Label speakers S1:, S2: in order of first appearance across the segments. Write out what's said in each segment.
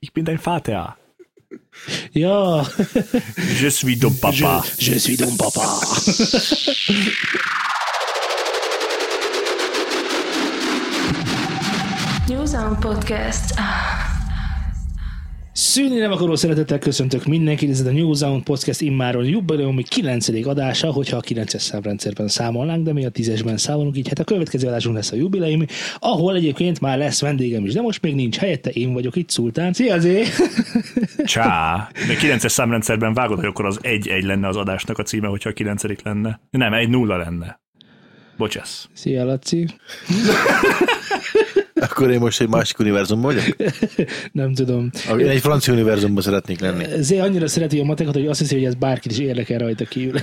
S1: Ich bin dein Vater.
S2: Ja,
S1: Je suis ton Papa.
S2: je suis ton Papa.
S3: Józan Podcast.
S2: Szűni nem akaró szeretettel köszöntök mindenkit, ez a New Sound Podcast immáron jubileumi 9. adása, hogyha a 9-es számrendszerben számolnánk, de mi a 10-esben számolunk, így hát a következő adásunk lesz a jubileumi, ahol egyébként már lesz vendégem is, de most még nincs helyette, én vagyok itt, Szultán. Szia, Zé!
S1: Csá. De 9-es számrendszerben vágod, hogy akkor az 1-1 lenne az adásnak a címe, hogyha a 9 lenne. Nem, 1-0 lenne. Bocsász.
S2: Szia, Laci!
S4: Akkor én most egy másik univerzumban vagyok?
S2: Nem tudom.
S4: Ami- Én egy francia univerzumban szeretnék lenni.
S2: Zé annyira szereti a matekot, hogy azt hiszi, hogy ez bárkit is érdekel rajta kívül.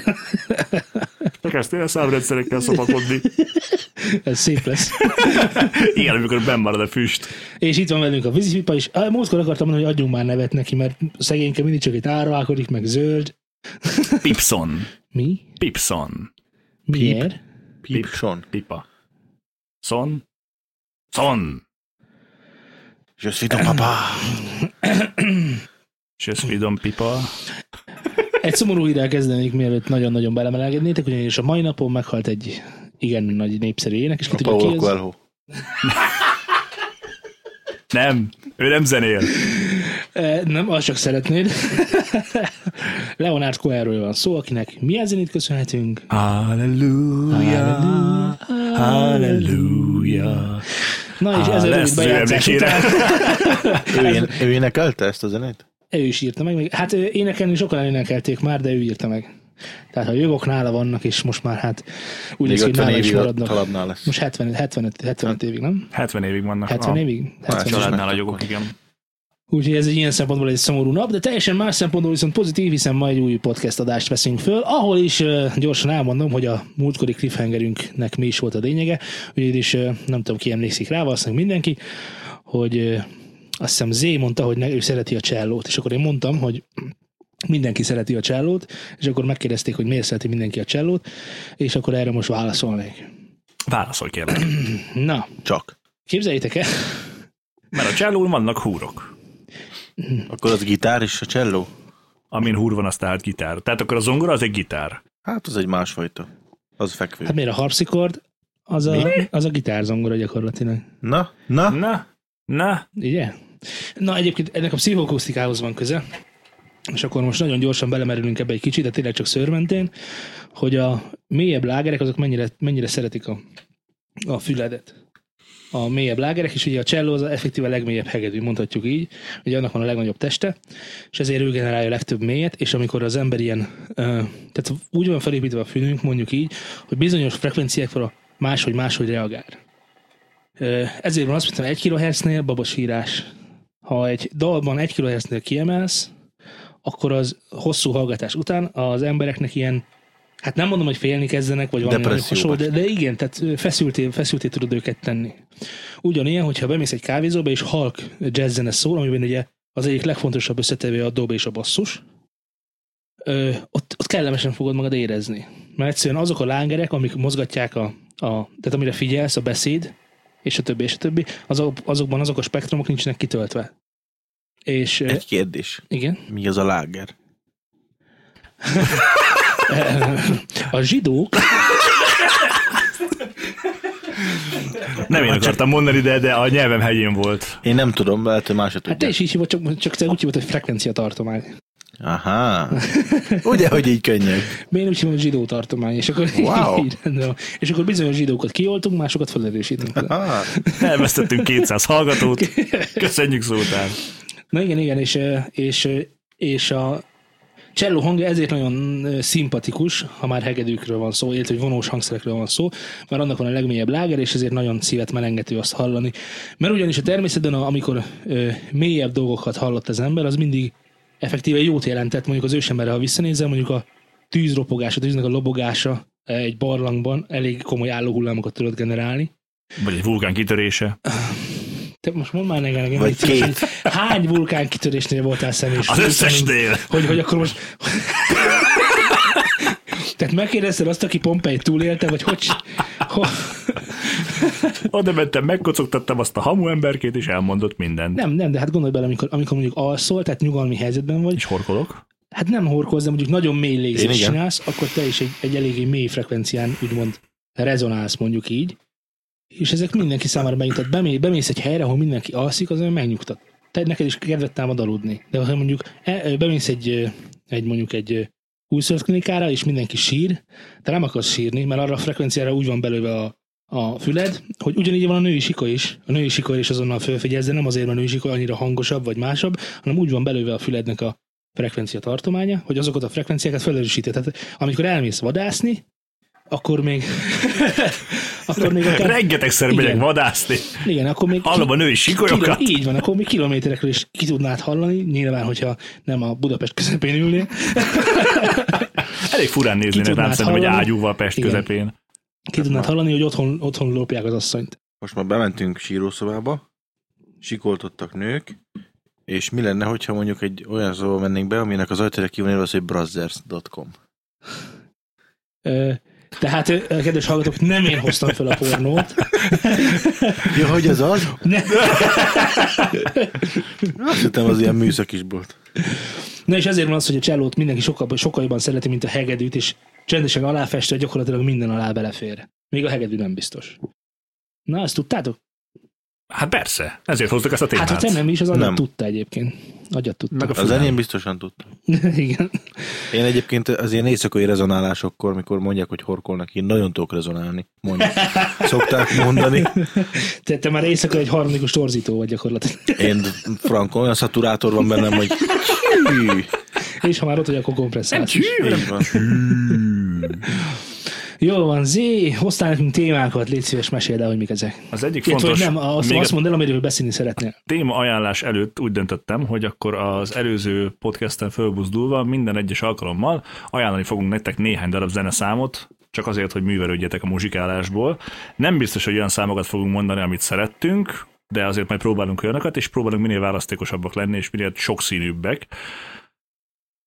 S1: Elkezdtél a számrendszerekkel szopakodni.
S2: ez szép lesz.
S1: Igen, amikor benn marad a füst.
S2: És itt van velünk a vízipipa is. Ah, Múltkor akartam mondani, hogy adjunk már nevet neki, mert szegényke mindig csak itt árválkodik, meg zöld.
S1: Pipson.
S2: Mi?
S1: Pipson.
S2: Miért?
S4: Pipson.
S1: Pipa. Son. Son.
S4: Je suis ton papa.
S1: Je suis ton Pipa.
S2: Egy szomorú hírrel kezdenék, mielőtt nagyon-nagyon belemelegednétek, ugyanis a mai napon meghalt egy igen nagy népszerű énekes. Ki
S4: A
S2: tudja,
S4: Paolo
S2: ki ez?
S4: Coelho.
S1: Nem, ő nem zenél.
S2: E, Nem, azt csak szeretnéd. Leonard Coelről van szó, akinek mi a zenét köszönhetünk?
S1: Halleluja. Halleluja.
S2: Na és ez a rövid
S1: lesz az ő
S2: bejátszás
S1: emlékére.
S2: után
S4: Ő, én, ő énekelte ezt a zenét?
S2: ő is írta meg. Még- Hát ö, énekelni sokan énekelték már, de ő írta meg. Tehát a jövök nála vannak, és most már hát úgy
S4: Még
S2: lesz, hogy
S4: 50
S2: nála is
S4: évig a
S2: maradnak.
S4: talabnál lesz.
S2: Most 70, 75, 75 évig, nem?
S1: 70 évig vannak.
S2: 70
S1: Ah,
S2: évig?
S1: A
S2: 70
S4: Család.
S1: családnál a jogok, igen.
S2: Úgyhogy ez egy ilyen szempontból egy szomorú nap, de teljesen más szempontból viszont pozitív, hiszen ma egy új podcast adást veszünk föl, ahol is ö, gyorsan elmondom, hogy a múltkori cliffhangerünknek mi is volt a lényege, ugyanis ö, nem tudom ki emlékszik rá, valószínűleg mindenki, hogy ö, azt hiszem Z mondta, hogy ne, ő szereti a csellót, és akkor én mondtam, hogy mindenki szereti a csellót, és akkor megkérdezték, hogy miért szereti mindenki a csellót, és akkor erre most válaszolnék.
S1: Válaszolj kérlek.
S2: Na,
S4: Csak.
S2: képzeljétek el,
S1: Mert a csellón vannak húrok.
S4: Akkor az gitár és a cselló?
S1: Amin húr van, az tehát gitár. Tehát akkor a zongora az egy gitár.
S4: Hát az egy másfajta. Az fekvő.
S2: hát miért a harpszichord, az a, az a gitárzongora gyakorlatilag.
S4: Na? Na?
S1: Na, na,
S2: Ugye? Na egyébként ennek a pszichoakusztikához van köze, és akkor most nagyon gyorsan belemerülünk ebbe egy kicsit, de tényleg csak szörmentén, hogy a mélyebb lágerek azok mennyire, mennyire szeretik a, a füledet. A mélyebb lágerek, és ugye a cselló az a effektíve legmélyebb hegedű, mondhatjuk így, hogy annak van a legnagyobb teste, és ezért ő generálja a legtöbb mélyet, és amikor az ember ilyen, ö, tehát úgy van felépítve a fülünk, mondjuk így, hogy bizonyos frekvenciákra máshogy-máshogy reagál. Ö, Ezért van azt, mondtam, 1 kHz-nél babasírás. Ha egy dalban 1 kHz-nél kiemelsz, akkor az hosszú hallgatás után az embereknek ilyen, hát nem mondom, hogy félni kezdenek, vagy valami
S4: Depresszió
S2: hasonló, de,
S4: vagy.
S2: de igen, tehát ö, feszülté, feszülté tudod őket tenni. Ugyanilyen, hogyha bemész egy kávézóba, és halk jazzzene szól, amiben ugye az egyik legfontosabb összetevő a dob és a basszus, ö, ott, ott kellemesen fogod magad érezni. Mert egyszerűen azok a lángerek, amik mozgatják a, a tehát amire figyelsz, a beszéd, és a többi, és a többi, azok, azokban azok a spektrumok nincsenek kitöltve. És ö,
S4: Egy kérdés.
S2: igen.
S4: Mi az a láger?
S2: A zsidók,
S1: nem én akartam mondani, de, de a nyelvem helyén volt.
S4: Én nem tudom, lehet, hogy más se
S2: hát te
S4: tudja.
S2: is így hívod, csak, csak te úgy hívod, hogy frekvencia tartomány.
S4: Aha. Ugye, hogy így könnyű.
S2: Mert én úgy hívom, hogy zsidó tartomány, és akkor
S4: Wow.
S2: így rendben van. És akkor bizonyos zsidókat kioltunk, másokat felerősítünk.
S4: Ah,
S1: Elvesztettünk 200 hallgatót. Köszönjük szótán.
S2: Na igen, igen, és, ö, és, ö, és a cselló hangja ezért nagyon ö, szimpatikus, ha már hegedűkről van szó, illetve hogy vonós hangszerekről van szó, mert annak van a legmélyebb láger, és ezért nagyon szívet melengető azt hallani. Mert ugyanis a természetben, a- amikor ö, mélyebb dolgokat hallott az ember, az mindig effektíve jót jelentett, mondjuk az ősemberre, ha visszanézem, mondjuk a tűzropogása, a tűznek a lobogása ö, egy barlangban elég komoly állóhullámokat tudott generálni.
S1: Vagy egy vulkán kitörése.
S2: Te most mondd már nekem, nekem,
S4: Vagy
S2: légy szíves,
S4: két.
S2: hogy hány vulkán kitörésnél voltál személyes?
S1: Az
S2: Tudom,
S1: összesnél.
S2: hogy, hogy akkor most... Tehát megkérdezted azt, aki Pompei túlélte, vagy hogy... hogy
S1: Oda mentem, megkocogtattam azt a hamu emberkét, és elmondott mindent.
S2: nem, nem, de hát gondolj bele, amikor, amikor mondjuk alszol, tehát nyugalmi helyzetben vagy,
S1: És horkolok.
S2: hát nem horkozz, de mondjuk nagyon mély
S4: Én
S2: légzést
S4: igen.
S2: csinálsz, akkor te is egy, egy eléggé mély frekvencián, úgymond rezonálsz mondjuk így, és ezek mindenki számára megnyugtat. Bemé, bemész egy helyre, ahol mindenki alszik, az olyan megnyugtat. Te neked is kedvet támad aludni. De ha mondjuk e, ö, bemész egy, ö, egy mondjuk egy ö, újszülött és mindenki sír, te nem akarsz sírni, mert arra a frekvenciára úgy van belőve a, a füled, hogy ugyanígy van a női sika is. A női sika is azonnal fölfigyelsz, de nem azért, mert a női sika annyira hangosabb vagy másabb, hanem úgy van belőve a fülednek a frekvencia tartománya, hogy azokat a frekvenciákat felerősíti. Tehát amikor elmész vadászni, akkor még akkor még akár,
S1: Rengetegszer
S2: Igen.
S1: megyek vadászni.
S2: igen, akkor még
S1: Hallom a női sikolyokat.
S2: Kilo, így van, akkor mi kilométerekről is ki tudnád hallani, nyilván, hogyha nem a Budapest közepén ülnél.
S1: Elég furán néznének
S2: tudnád
S1: rám szerintem, hogy
S2: hallani?
S1: ágyúval Pest
S2: Igen.
S1: közepén.
S2: Ki tudnád hallani, hogy otthon, otthon lopják az asszonyt.
S4: Most már bementünk sírószobába, sikoltottak nők, és mi lenne, hogyha mondjuk egy olyan szóba mennénk be, aminek az ajtára ki van írva az, hogy brothers.com.
S2: Ö, Tehát, ö, kedves hallgatók, nem én hoztam fel a pornót.
S4: Ja, hogy az az?
S2: Ne,
S4: Azt hittem, az ilyen műszak is volt.
S2: na és ezért van az, hogy a csellót mindenki sokkal, sokkal jobban szereti, mint a hegedűt, és csendesen aláfestve gyakorlatilag minden alá belefér. Még a hegedű nem biztos. Na, ezt tudtátok?
S1: Hát persze, ezért hoztuk ezt a témát.
S2: Hát, ha te nem is, az agyat
S4: Nem.
S2: tudta egyébként. Agyat tudta.
S1: Meg a
S4: Az
S1: fülem.
S4: enyém biztosan tudtam.
S2: Igen.
S4: Én egyébként az ilyen éjszakai rezonálásokkor, mikor mondják, hogy horkolnak, én nagyon tudok rezonálni. Mondjuk. Szokták mondani.
S2: Te, te már éjszaka egy harmonikus torzító vagy gyakorlatilag.
S4: Én frankon, olyan szaturátor van bennem, hogy hű,
S2: És ha már ott vagy, akkor kompresszálsz. is.
S4: így van.
S2: Jól van, Zé, hoztál nekünk témákat, légy szíves, meséld el, hogy mik ezek.
S1: Az egyik
S2: Fontos,
S1: fontos,
S2: Illetve, hogy nem, azt,
S1: még
S2: azt
S1: a
S2: mondd el, amiről beszélni szeretnél.
S1: téma ajánlás előtt úgy döntöttem, hogy akkor az előző podcasten fölbuzdulva minden egyes alkalommal ajánlani fogunk nektek néhány darab zeneszámot, csak azért, hogy művelődjetek a muzsikálásból. Nem biztos, hogy olyan számokat fogunk mondani, amit szerettünk, de azért majd próbálunk olyanokat, és próbálunk minél választékosabbak lenni, és minél sokszínűbbek.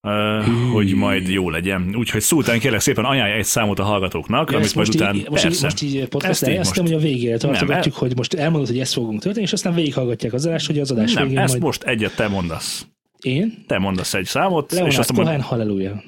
S1: Uh, hogy majd jó legyen. Úgyhogy Szultán kérlek szépen ajánlj egy számot a hallgatóknak,
S2: Ja,
S1: amit
S2: ezt
S1: majd
S2: most,
S1: után...
S2: így, most, így,
S1: Persze.
S2: most így eh, podcast
S1: Ezt így
S2: elejeztem, hogy
S1: most.
S2: a végére tartogatjuk,
S1: Nem,
S2: hogy most elmondod, hogy ezt fogunk történni, és aztán végighallgatják az adást, hogy az adás
S1: Nem,
S2: végén
S1: ezt
S2: majd
S1: most egyet te mondasz.
S2: én,
S1: Te mondasz egy számot, és
S2: Leonard
S1: azt Hmm. mondod,
S2: Cohen, halleluja.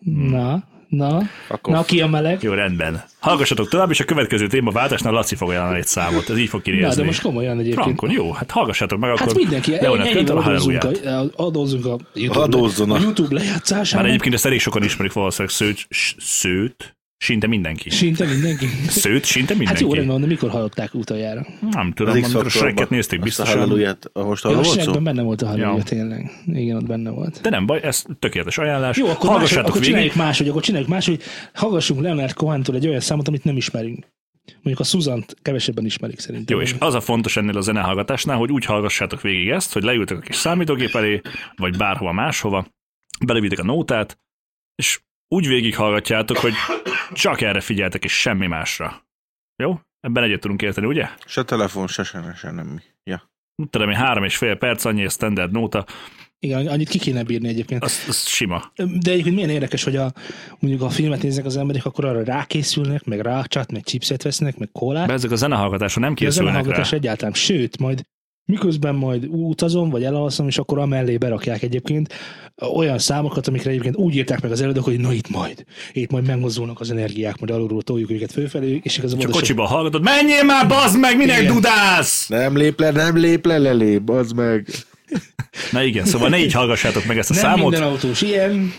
S2: Na, na, na ki a meleg?
S1: Jó, rendben. Hallgassatok tovább, és a következő téma váltásnál Laci fog ajánlani egy számot. Ez így fog kinézni.
S2: Na, de most komolyan egyébként.
S1: Frankon, jó, hát hallgassatok meg akkor.
S2: Hát mindenki,
S1: Leonard
S2: ennyivel
S1: Köntől a
S2: adózunk
S1: Hallelujah-t.
S2: a, adózunk a YouTube,
S4: Adózzanak.
S2: a YouTube
S1: Már
S2: lejátszásában.
S1: egyébként ezt elég sokan ismerik valószínűleg szőt, s- szőt, szinte mindenki.
S2: Szinte mindenki.
S1: Szőt, szinte
S2: Hát
S1: mindenki.
S2: jó, rendben van, de mikor hallották utoljára?
S1: Nem
S4: Az
S1: tudom, amikor a
S4: X-faktorban
S1: Shreket nézték
S4: azt a
S1: biztosan. Szóval-
S4: Hallelujah-t, ahol Most
S2: Ja,
S4: arról
S2: a
S4: volt szó?
S2: Shrekben benne volt a Hallelujah,
S1: Ja.
S2: tényleg. Igen, ott benne volt.
S1: De nem baj, ez tökéletes ajánlás.
S2: Jó, akkor, más,
S1: Hallgassátok
S2: akkor
S1: végig.
S2: csináljuk máshogy, akkor csináljuk máshogy. Hallgassunk Leonard Cohen-tól egy olyan számot, amit nem ismerünk. Mondjuk a Susan-t kevesebben ismerik szerintem.
S1: Jó, és az a fontos ennél a zenehallgatásnál, hogy úgy hallgassátok végig ezt, hogy leültök a kis számítógép elé, vagy bárhova máshova, belevitek a nótát, és úgy végighallgatjátok, hogy csak erre figyeltek, és semmi másra. Jó? Ebben egyet tudunk érteni, ugye?
S4: Se telefon, se se, se nem. Ja.
S1: Mit Tudom én, három és fél perc, annyi a standard nóta,
S2: Igen, annyit ki kéne bírni egyébként.
S1: az, az sima.
S2: De egyébként milyen érdekes, hogy a, mondjuk a filmet néznek az emberek, akkor arra rákészülnek, meg rácsát, meg chipset vesznek, meg kólát.
S1: De ezek a zenehallgatásra nem
S2: De a
S1: készülnek rá.
S2: zenehallgatás egyáltalán. Sőt, majd miközben majd utazom, vagy elalszom, és akkor amellé berakják egyébként olyan számokat, amikre egyébként úgy írták meg az előadók, hogy na itt majd, itt majd megmozdulnak az energiák, majd alulról toljuk őket fölfelé, és igazából
S1: Csak
S2: oda se-
S1: kocsiba hallgatod, menjél már, bazd meg, minek
S2: Igen.
S1: dudálsz!
S4: Nem lép le, nem lép le, lelép, az meg.
S1: Na igen, szóval ne így hallgassátok meg ezt a
S2: nem
S1: számot.
S2: minden autós ilyen.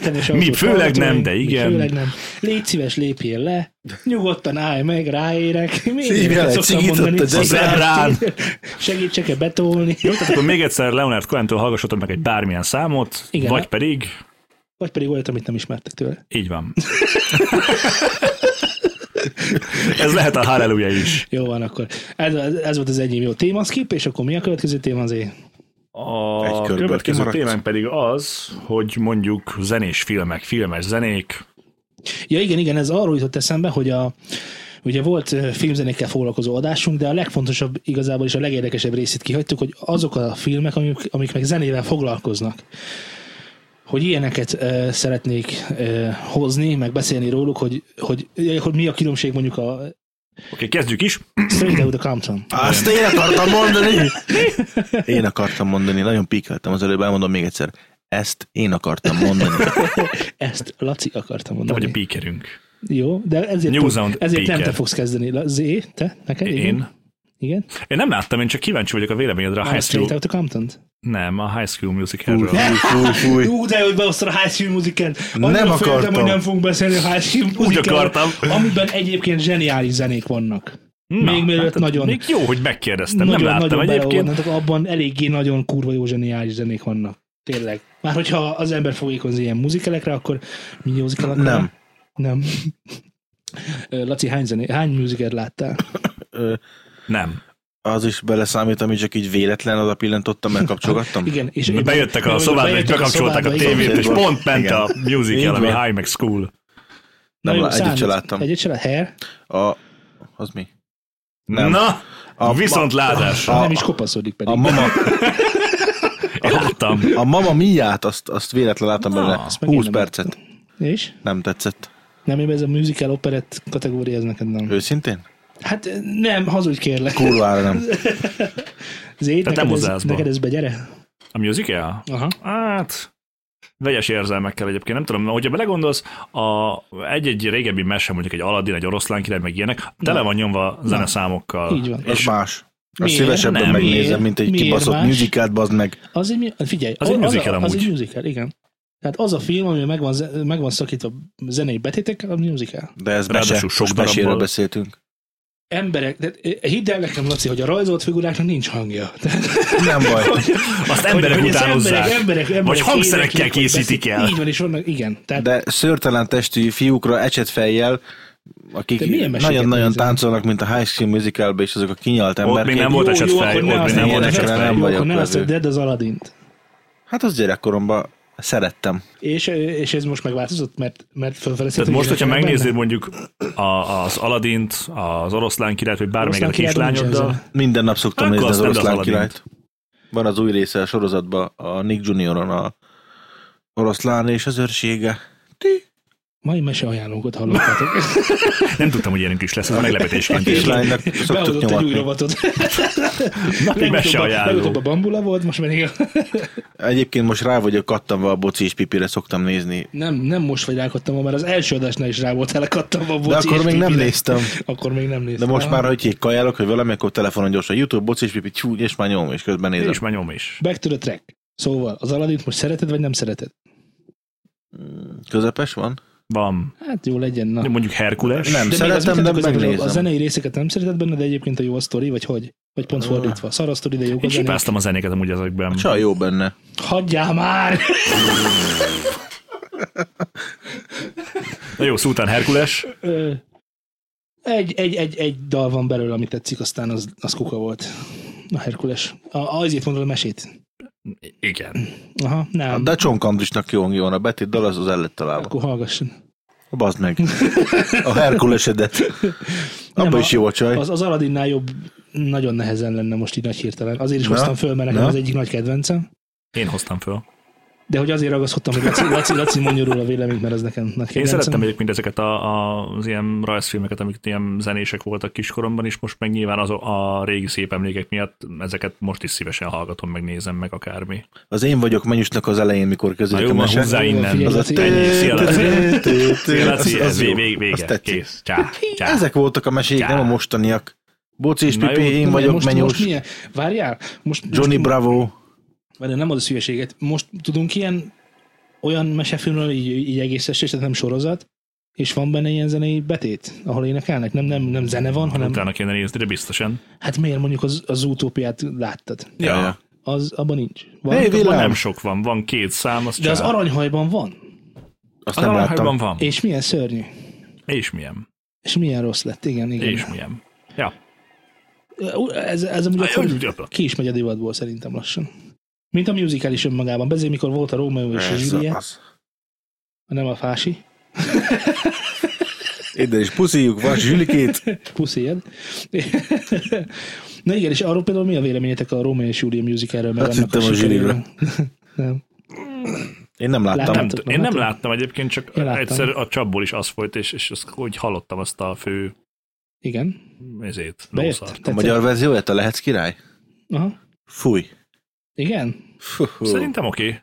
S2: Kedves
S1: Mi
S2: autós
S1: főleg
S2: hallgatóink,
S1: nem, de
S2: mi
S1: igen.
S2: Főleg nem. Légy szíves, lépjél le, nyugodtan állj meg, ráérek. Miért
S4: Szívjál
S2: nem
S4: egy
S2: szoktam
S4: cigit ott
S2: mondani?
S4: a
S2: Szoktam
S1: zebrán.
S2: mondani, Segítsek-e betolni?
S1: Jó, tehát akkor még egyszer Leonard Cohen-től hallgassatok meg egy bármilyen számot,
S2: Igen.
S1: vagy pedig,
S2: Vagy pedig olyat, amit nem ismertek tőle.
S1: így van. Ez lehet a Hallelujah is.
S2: Jó van, akkor ez, ez volt az enyém jó témaszkip, és akkor mi a következő téma az én?
S4: Egy
S1: A
S4: körből
S1: következő
S4: kimaradsz.
S1: témánk pedig az, hogy mondjuk zenés filmek, filmes zenék.
S2: Ja igen, igen, ez arról jutott eszembe, hogy a Ugye volt ö, filmzenékkel foglalkozó adásunk, de a legfontosabb igazából és a legérdekesebb részét kihagytuk, hogy azok a filmek, amik, amik meg zenével foglalkoznak. hogy ilyeneket ö, szeretnék ö, hozni, meg beszélni róluk, hogy, hogy, hogy mi a különbség mondjuk a
S1: Oké, okay, kezdjük is.
S2: Straight Outta Compton.
S4: Azt én akartam mondani! Én akartam mondani, nagyon píkeltem az előbb, elmondom még egyszer. Ezt én akartam mondani.
S2: Ezt Laci akartam
S1: Te vagy
S2: mondani.
S1: a píkerünk.
S2: Jó, de ezért,
S1: New
S2: fog-
S1: Zealand
S2: ezért nem te
S1: Baker.
S2: fogsz kezdeni. La- Zé, te? Neked?
S1: Én? Hát
S2: Igen? Igen?
S1: Én nem láttam, én csak kíváncsi vagyok a véleményedre a
S2: A
S1: High
S2: Straight
S1: School...
S2: Outta Compton-t?
S1: Nem, a High School Musical-ről.
S4: Fúj, fúj, fúj.
S2: Ú, de hogy beosztod a High School Musical. Annyira
S4: Nem
S2: féltem,
S4: akartam.
S2: hogy nem fogunk beszélni a High School Musical,
S1: akartam.
S2: Amiben egyébként zseniális zenék vannak.
S1: Na,
S2: még mielőtt
S1: hát
S2: nagyon-
S1: Még jó, hogy megkérdeztem, nem
S2: nagyon,
S1: láttam
S2: nagyon
S1: egyébként.
S2: beleolvadnak, abban eléggé nagyon kurva jó zseniális zenék vannak. Tényleg. Már hogyha az ember fogékony ilyen muzikálekre, akkor mi muzikálekre?
S4: Nem.
S2: Nem. Ö, Laci, hány, zené, hány muzikert láttál?
S4: Ö,
S1: Nem.
S4: Az is beleszámít, amit csak így véletlen oda pillantottam, megkapcsolgattam.
S2: Igen. És
S1: Bejöttek a
S2: Bejöttek
S1: szobádba, és bekapcsolták a
S2: szobádba, igen.
S1: tévét, és
S4: Igen.
S1: pont ment a musical, ami
S4: Így van.
S1: High Max School.
S2: Na
S4: Nem,
S2: jó,
S4: lá- egyet
S2: számít.
S4: se láttam.
S2: Egyet se láttam. Hair?
S4: A, az mi? Nem.
S1: Na,
S4: A-
S1: viszontlátás.
S4: A-
S2: Nem is kopaszodik pedig.
S4: A mama,
S1: Én láttam.
S4: a mama miát, azt, azt véletlen láttam
S1: Na,
S4: belőle.
S1: azt
S2: meg én
S4: 20
S2: nem
S4: percet.
S2: És?
S4: Nem tetszett.
S2: Nem, én ez a musical operett kategória, ez neked nem.
S4: Őszintén?
S2: Hát nem, hazudj kérlek.
S4: Kurvára nem.
S2: Zé,
S1: Hát
S2: neked,
S1: nem
S2: ez,
S1: hozzászba.
S2: neked ez begyere?
S1: A musical?
S2: Aha.
S1: Hát, vegyes érzelmekkel egyébként, nem tudom, hogyha belegondolsz, a, egy-egy régebbi mese, mondjuk egy Aladdin, egy oroszlán király, meg ilyenek, tele van nyomva zeneszámokkal.
S2: Így van.
S4: Az
S1: És
S4: más. Azt
S2: Miért?
S4: szívesebben
S1: Nem.
S4: megnézem,
S2: Miért?
S4: mint egy
S2: Miért
S4: kibaszott
S2: más?
S4: musicalt, bazd meg.
S2: Az egy, mi- hát figyelj,
S1: Az egy
S2: a-
S1: musical
S2: az, a- az
S1: amúgy.
S2: egy musical, igen. Tehát az a film, ami meg van, ze- meg van szakítva zenei betétekkel, a musical.
S4: De ez
S1: Ráadásul
S4: mese.
S1: sok
S4: Sok meséről
S1: darabból.
S4: beszéltünk.
S2: Emberek, de eh, hidd el nekem, Laci, hogy a rajzolt figuráknak nincs hangja. Tehát,
S4: Nem baj.
S1: azt emberek
S2: hogy ezt
S1: utánozzák.
S2: Emberek, emberek, emberek
S1: Vagy hangszerekkel
S2: éneklik, vagy
S1: készítik
S2: beszél-
S1: el.
S2: Így van, és vannak, igen. Tehát
S4: De szőrtelen testű fiúkra ecsett fejjel,
S2: Te
S4: akik
S2: milyen meséket
S4: nagyon-nagyon
S2: nézel?
S4: táncolnak, mint a High School Musicalbe, és azok a kinyalt
S1: még
S4: emberek.
S1: nem volt esett fej,
S2: akkor
S1: ott
S2: ne
S1: még
S2: azt
S4: nem volt
S2: mondjad,
S4: esett
S2: hogy-
S4: fej.
S2: jó,
S4: Nem
S2: akkor
S4: vagyok
S2: ne azt
S4: vevő.
S2: mondjad, de az Aladint.
S4: Hát az gyerekkoromban szerettem.
S2: És, és ez most megváltozott, mert, mert fölfele
S1: Tehát
S2: szintén
S1: most, hogyha
S2: énekelnek
S1: megnézed
S2: benne?
S1: mondjuk a, az Aladint, az oroszlán királyt, vagy bármelyiket a
S2: Oroszlán királyban
S1: kislányoddal,
S2: nincsen
S4: Minden nap szoktam
S1: Akkor
S4: nézni
S1: azt
S4: az
S1: nem, de az
S4: oroszlán
S1: Aladdin.
S4: királyt. Van az új része a sorozatban, a Nick Junioron a oroszlán és az őrsége. Ti?
S2: Mai mese ajánlókat hallottatok.
S1: nem tudtam, hogy ilyenünk is lesz, ez meglepetésként
S4: A
S1: jött.
S4: kislánynak szoktuk
S2: Behozott egy új
S4: nyomatni.
S2: rovatot.
S1: Napi mese
S2: Legutóbb a
S1: ajánló.
S2: bambula volt, most pedig a...
S4: Egyébként most rá vagyok kattanva a boci és pipire szoktam nézni.
S2: Nem, nem most vagy rákattam, mert az első adásnál is rá volt elakadtam a
S4: De
S2: boci
S4: akkor
S2: és
S4: még nem
S2: pipinek.
S4: néztem.
S2: Akkor még nem
S4: De
S2: néztem.
S4: most
S2: Ah.
S4: már, hogy így kajálok, hogy valamikor telefonon gyorsan YouTube, boci és pipi, csú, és már nyom, és közben nézem.
S1: És már nyom is.
S2: Back to the track. Szóval, az Aladint most szereted, vagy nem szereted?
S4: Közepes van?
S1: Van.
S2: Hát jó legyen, na.
S1: Mondjuk Herkules.
S4: Nem.
S2: még az
S4: szeretem,
S2: mit
S4: de
S2: akarsz,
S4: megnézem.
S2: A zenei részeket nem szereted benne, de egyébként a jó a sztori, vagy hogy? Vagy pont fordítva. Szar a sztori, de jók a
S1: Én
S2: zenék.
S1: csipáztam a zenéket amúgy ezekben.
S4: Csaj, jó benne.
S2: Hagyjál már!
S1: Na jó, szó után Herkules.
S2: Ö, Egy, egy, egy, egy dal van belőle, ami tetszik, aztán az, az kuka volt. A Herkules. A, azért mondod a mesét.
S1: Igen.
S2: Aha, nem.
S4: Hát De Csonk Andrisnak jó hangja van, a Betty dal az az el lett találva.
S2: Akkor hallgasson.
S4: Bazd meg. A Herkulesedet. Abba
S2: a-
S4: is jó a csaj.
S2: Az, az Aladinnál jobb nagyon nehezen lenne most így nagy hirtelen. Azért is
S4: Na,
S2: hoztam föl, mert nekem
S4: na.
S2: az egyik nagy kedvencem.
S1: Én hoztam föl.
S2: De hogy azért ragaszkodtam, hogy Laci, Laci, Laci mondjon róla véleményt, mert az nekem nagy kedvencem.
S1: Én szerettem egyébként ezeket a, a, az ilyen rajzfilmeket, amik ilyen zenések voltak kiskoromban is, most meg nyilván az a régi szép emlékek miatt ezeket most is szívesen hallgatom, meg nézem meg akármi.
S4: Az én vagyok menjusnak az elején, mikor
S1: Na
S4: közölik
S1: jó,
S4: a
S1: már
S4: mese.
S1: húzzá
S2: Jó,
S1: innen.
S2: figyelj,
S1: Az a
S2: Laci.
S1: ennyi, szia, Laci. Szia,
S4: Az-
S1: Laci,
S4: az
S1: ez
S4: jó.
S1: vé- vég-
S4: Azt
S1: vége,
S4: tetszik.
S1: kész, csá, csá.
S4: Ezek voltak a mesék,
S1: Csá.
S4: nem a mostaniak. Boci és
S1: Na
S4: Pipi,
S1: jó,
S4: én
S2: Na,
S4: vagyok
S2: most, Most
S4: menyus.
S2: milyen? Várjál? Most,
S4: Johnny
S2: most,
S4: Bravo.
S2: Várjál, nem az a hülyeséget. Most tudunk ilyen olyan mesefilmről így, így egész estés, tehát nem sorozat, és van benne ilyen zenei betét, ahol énekelnek. Nem, nem, nem zene van, hanem
S1: Utána kéne nézni, de biztosan.
S2: hát miért mondjuk az, az utópiát láttad?
S4: Ja.
S2: Az abban nincs. Van,
S4: Hey,
S1: Abban
S4: Vilám!
S1: nem sok van, van két szám, az
S2: de az
S1: csá.
S2: aranyhajban van.
S4: Azt
S1: Az
S4: nem
S1: aranyhajban
S4: láttam.
S1: van.
S2: És milyen szörnyű.
S1: És milyen.
S2: És milyen rossz lett. Igen, igen.
S1: És milyen. Ja.
S2: Ú, Ez, ez amúgy
S1: Aj,
S2: akkor
S1: úgy, úgy,
S2: ki is megy a divatból szerintem lassan. Mint a musical is önmagában. Bezé, mikor volt a Rómeó és a
S4: Ez
S2: Juliet,
S4: az.
S2: nem a fási,
S4: Ide is puszíjuk, van zsülikét.
S2: puszéjed. Na igen, és arról például mi a véleményetek a Rómeó és Júlia musicalről? Meg
S4: Azt
S2: annak
S4: hittem a
S2: sikeréről? Nem.
S4: Én nem láttam.
S1: Nem,
S4: Nem.
S2: Láttam.
S1: t-
S2: nem
S1: én nem
S2: látod?
S1: láttam egyébként, csak
S2: Én láttam.
S1: egyszer a csapból is az folyt, és, és azt, úgy hallottam azt a fő
S2: Igen.
S1: ezét,
S2: Bejött?
S1: lószart.
S4: A
S2: Tetszett?
S4: magyar verzióját a lehetsz király?
S2: Aha.
S4: Fúj.
S2: Igen?
S4: Fú.
S1: Szerintem oké.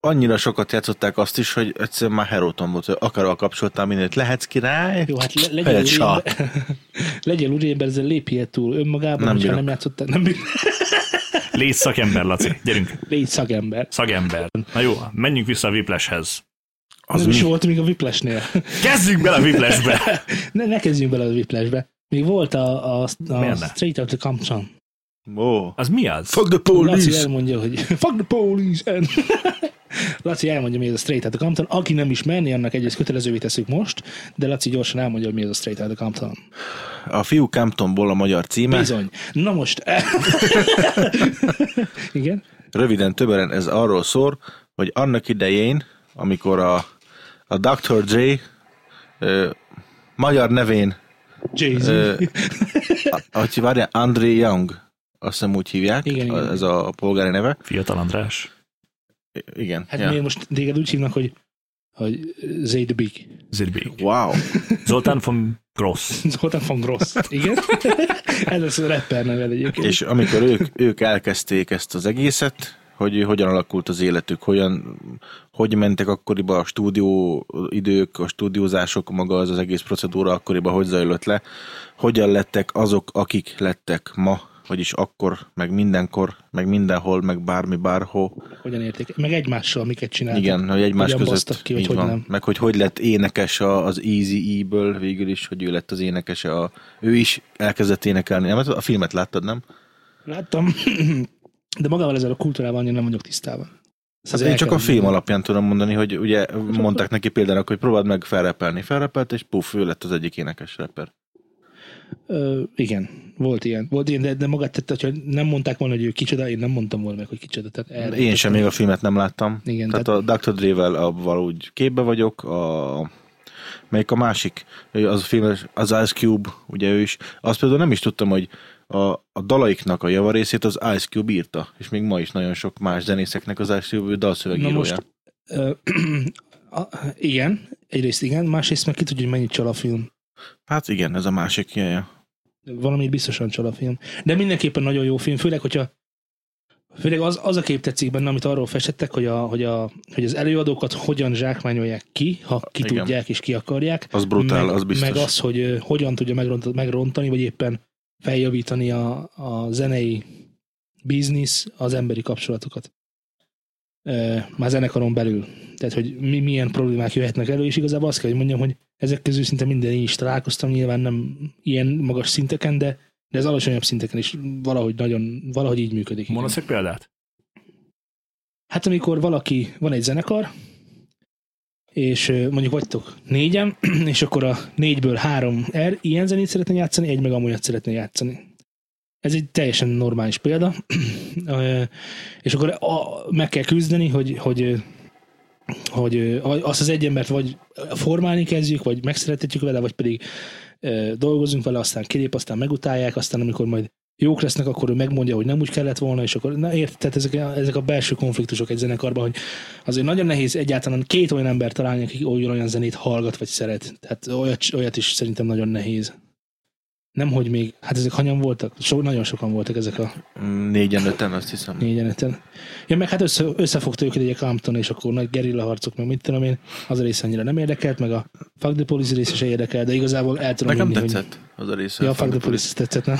S4: Annyira sokat játszották azt is, hogy egyszerűen már heróton volt, hogy akarva kapcsoltál mindent. Lehetsz király?
S2: Jó, hát le, legyél
S4: Helyett sa.
S2: úriember, legyél úriember, ezzel lépjél túl önmagában,
S4: Nem
S2: nem hogyha
S4: bírok.
S2: nem játszottál, nem bírok.
S1: Légy szakember, Laci. Gyerünk,
S2: Légy szakember.
S1: szakember. Na jó, menjünk vissza a Whiplashhez.
S4: Az
S2: nem
S4: mi?
S2: is volt még a Whiplashnél.
S1: Kezdjünk bele a Whiplashbe!
S2: Ne, ne kezdjünk bele a Whiplashbe. Még volt a, a, a
S1: Miért ne?
S2: Straight Outta Compton.
S4: Ó.
S1: Az mi az?
S4: Fuck the
S2: Laci
S4: police!
S2: elmondja, hogy fuck the police! And... Laci elmondja, mi ez a Straight Outta Compton. Aki nem ismerni, annak egyrészt kötelezővé tesszük most, de Laci gyorsan elmondja, hogy mi ez a Straight Outta Compton.
S4: A fiú Camptonból a magyar címe.
S2: Bizony. Na most. Igen?
S4: Röviden többen ez arról szól, hogy annak idején, amikor a, a Dr. J ö, magyar nevén,
S2: Jay-Z.
S4: ö, a- hogy várjál, André Young, azt hiszem úgy hívják,
S2: Igen, igen.
S4: a- ez a polgári neve.
S1: Fiatal András.
S4: I- Igen.
S2: Hát miért most téged úgy hívnak, hogy, hogy Zay the Big.
S1: Zirbi.
S4: Wow.
S1: Zoltán von Gross.
S2: Zoltán von Gross. Igen? Ez az a rapper neved egyébként.
S4: És amikor ők, ők elkezdték ezt az egészet, hogy hogyan alakult az életük, hogyan, hogy mentek akkoriba a stúdió idők, a stúdiózások, maga az, az egész procedúra akkoriba, hogy zajlott le, hogyan lettek azok, akik lettek ma, vagyis akkor, meg mindenkor, meg mindenhol, meg bármi, bárhol.
S2: Hogyan érték? Meg egymással miket csináltak.
S4: Igen, hogy egymás
S2: Hát, hogyan
S4: között.
S2: basztak ki, vagy
S4: így
S2: hogy
S4: van.
S2: nem.
S4: Meg hogy hogy lett énekes a- az Easy E-ből végül is, hogy ő lett az énekese. A, ő is elkezdett énekelni. Nem, hát a filmet láttad, nem?
S2: Láttam, de magával ezzel a kultúrával annyira nem vagyok tisztában. Ez
S4: Hát én csak a film alapján tudom mondani, hogy ugye mondták neki példának, hogy próbáld meg felrepelni. Felrepelt, és puf, ő lett az egyik énekes rapper.
S2: Ö, igen, volt ilyen. Volt ilyen, de, de magát, tehát, hogyha nem mondták volna, hogy ő kicsoda, én nem mondtam volna meg, hogy kicsoda. Tehát erre
S4: Én sem még a filmet nem láttam.
S2: Igen,
S4: Tehát a Dr. Dre-vel abban úgy képbe vagyok, a melyik a másik, Ő az a filmes, az Ice Cube, ugye ő is. Azt például nem is tudtam, hogy a, a dalaiknak a javarészét az Ice Cube írta, és még ma is nagyon sok más zenészeknek az Ice Cube ő
S2: Na
S4: dalszövegírója.
S2: most, ö, a, igen, egyrészt igen, másrészt meg ki tudja, hogy mennyit csal a film.
S4: Hát igen, ez a másik. Ja, ja.
S2: Valami biztosan csal a film. De mindenképpen nagyon jó film, főleg, hogyha Főleg az, az a kép tetszik benne, amit arról festettek, hogy, a, hogy, a, hogy az előadókat hogyan zsákmányolják ki, ha ki
S4: Igen.
S2: tudják és ki akarják.
S4: Az brutál,
S2: meg,
S4: az biztos.
S2: Meg az, hogy ö, hogyan tudja megront, megrontani, vagy éppen feljavítani a, a zenei biznisz az emberi kapcsolatokat. Ö, Már zenekaron belül. Tehát, hogy mi, milyen problémák jöhetnek elő, és igazából azt kell, hogy mondjam, hogy ezek közül szinte minden én is találkoztam, nyilván nem ilyen magas szinteken, de, de ez alacsonyabb szinteken is valahogy nagyon, valahogy így működik. igen.
S1: Mondasz egy példát?
S2: Hát amikor valaki, van egy zenekar, és ö, mondjuk vagytok négyen, és akkor a négyből három er, ilyen zenét szeretne játszani, egy meg amolyat szeretne játszani. Ez egy teljesen normális példa. Ö, és akkor a, meg kell küzdeni, hogy, hogy, ö, hogy ö, azt az egy embert vagy formálni kezdjük, vagy megszeretetjük vele, vagy pedig ö, dolgozunk vele, aztán kilép, aztán megutálják, aztán amikor majd jók lesznek, akkor ő megmondja, hogy nem úgy kellett volna, és akkor, na érted, tehát ezek, a- ezek a belső konfliktusok egy zenekarban, hogy azért nagyon nehéz egyáltalán két olyan embert találni, aki olyan, olyan zenét hallgat, vagy szeret. Tehát olyat, olyat is szerintem nagyon nehéz. Nem, hogy még, hát ezek hanyan voltak? So, nagyon sokan voltak ezek a
S4: Mm, Négyen, öten, azt hiszem.
S2: négyen öten. Ja, meg hát össze, összefogta őket egy Compton, és akkor nagy gerilla harcok, meg mit tudom én, az a rész annyira nem érdekelt, meg a Fuck the Police része se érdekel, de igazából el tudom
S4: Nekem
S2: hinni,
S4: tetszett az a része.
S2: Hogy... Ja,
S4: a
S2: a Fuck the Police tetszett, nem?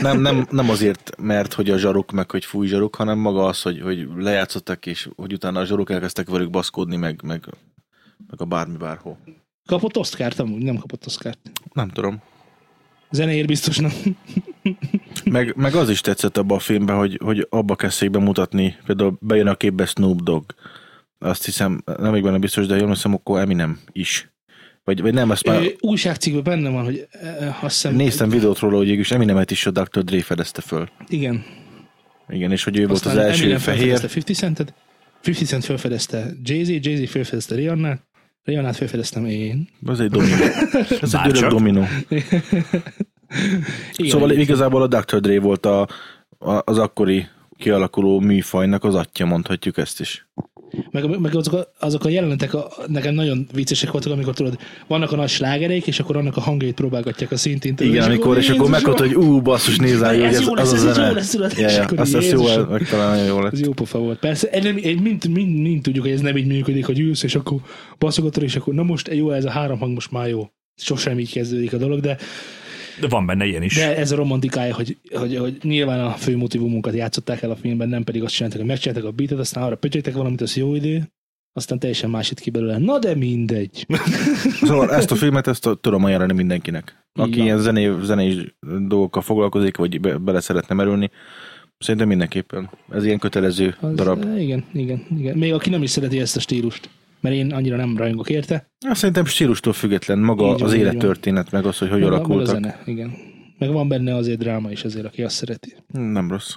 S4: Nem, nem, nem azért, mert hogy a zsaruk, meg hogy fúj zsaruk, hanem maga az, hogy, hogy lejátszottak, és hogy utána a zsaruk elkezdtek velük baszkódni, meg, meg, meg a bármi bárhol.
S2: Kapott Oszkárt amúgy? Nem kapott Oszkárt.
S4: Nem tudom.
S2: Zenéért biztos nem.
S4: Meg, meg az is tetszett abban a filmben, hogy, hogy abba kezdték bemutatni, például bejön a képbe Snoop Dogg. Azt hiszem, nem még benne biztos, de jól hiszem, akkor Eminem is. Vagy, vagy nem, ezt már
S2: Ö, Újságcikkben benne van, hogy ö, azt hiszem...
S4: néztem videót róla, hogy is Eminemet is a Dr. Dre fedezte föl.
S2: Igen.
S4: Igen, és hogy ő volt az
S2: Aztán
S4: első
S2: Eminem
S4: fehér.
S2: felfedezte 50 Centet, 50 Cent felfedezte Jay-Z, Jay-Z felfedezte Rihanna, Rihannát felfedeztem én.
S4: Ez egy dominó. Ez egy
S1: Bárcsak.
S4: örök dominó.
S2: Igen,
S4: Szóval igazából a Dr. Dre volt a, a, az akkori kialakuló műfajnak az atya, mondhatjuk ezt is.
S2: Meg, meg azok, a, azok a jelenetek a, nekem nagyon viccesek voltak, amikor tudod, vannak a nagy slágereik, és akkor annak a hangjait próbálgatják a szintén. tudod,
S4: Igen, amikor, és akkor
S2: Jézusom,
S4: megkapta, hogy ú, basszus, nézzál,
S2: Ez
S4: hogy ez,
S2: jó
S4: az
S2: lesz,
S4: a
S2: ez
S4: zene.
S2: jó lesz, tudod,
S4: Ja,
S2: és
S4: ja,
S2: akkor
S4: azt
S2: így
S4: azt jól,
S2: Jézusom.
S4: meg talán nagyon jó lett.
S2: Ez Hát jó pofa volt. Persze, egy, nem, egy, mind, mind, mind, tudjuk, hogy ez nem így működik, hogy ülsz, és akkor baszogatod, és akkor na most jó, ez a három hang most már jó. Sosem így kezdődik a dolog, de,
S1: De van benne ilyen is.
S2: de ez a romantikája, hogy, hogy, hogy nyilván a fő motivumunkat játszották el a filmben, nem pedig azt csináltak, hogy megcsináltak a beatet, aztán arra pötyögtek valamit, az jó idő, aztán teljesen más jött ki belőle. Na de mindegy.
S4: Szóval ezt a filmet ezt a, tudom ajánlani mindenkinek. Aki
S2: Így van.
S4: ilyen zené, zenés dolgokkal foglalkozik, vagy be, bele szeretne merülni, szerintem mindenképpen. Ez ilyen kötelező
S2: Az,
S4: darab.
S2: eh, Igen, igen, igen. Még aki nem is szereti ezt a stílust, mert én annyira nem rajongok érte.
S4: Hát, Szerintem stílustól független maga
S2: Így van,
S4: az
S2: így van.
S4: élettörténet, meg az, hogy hogy
S2: Meg a- meg a
S4: alakultak.
S2: zene, igen. Meg van benne azért dráma is azért, aki azt szereti.
S4: Nem rossz.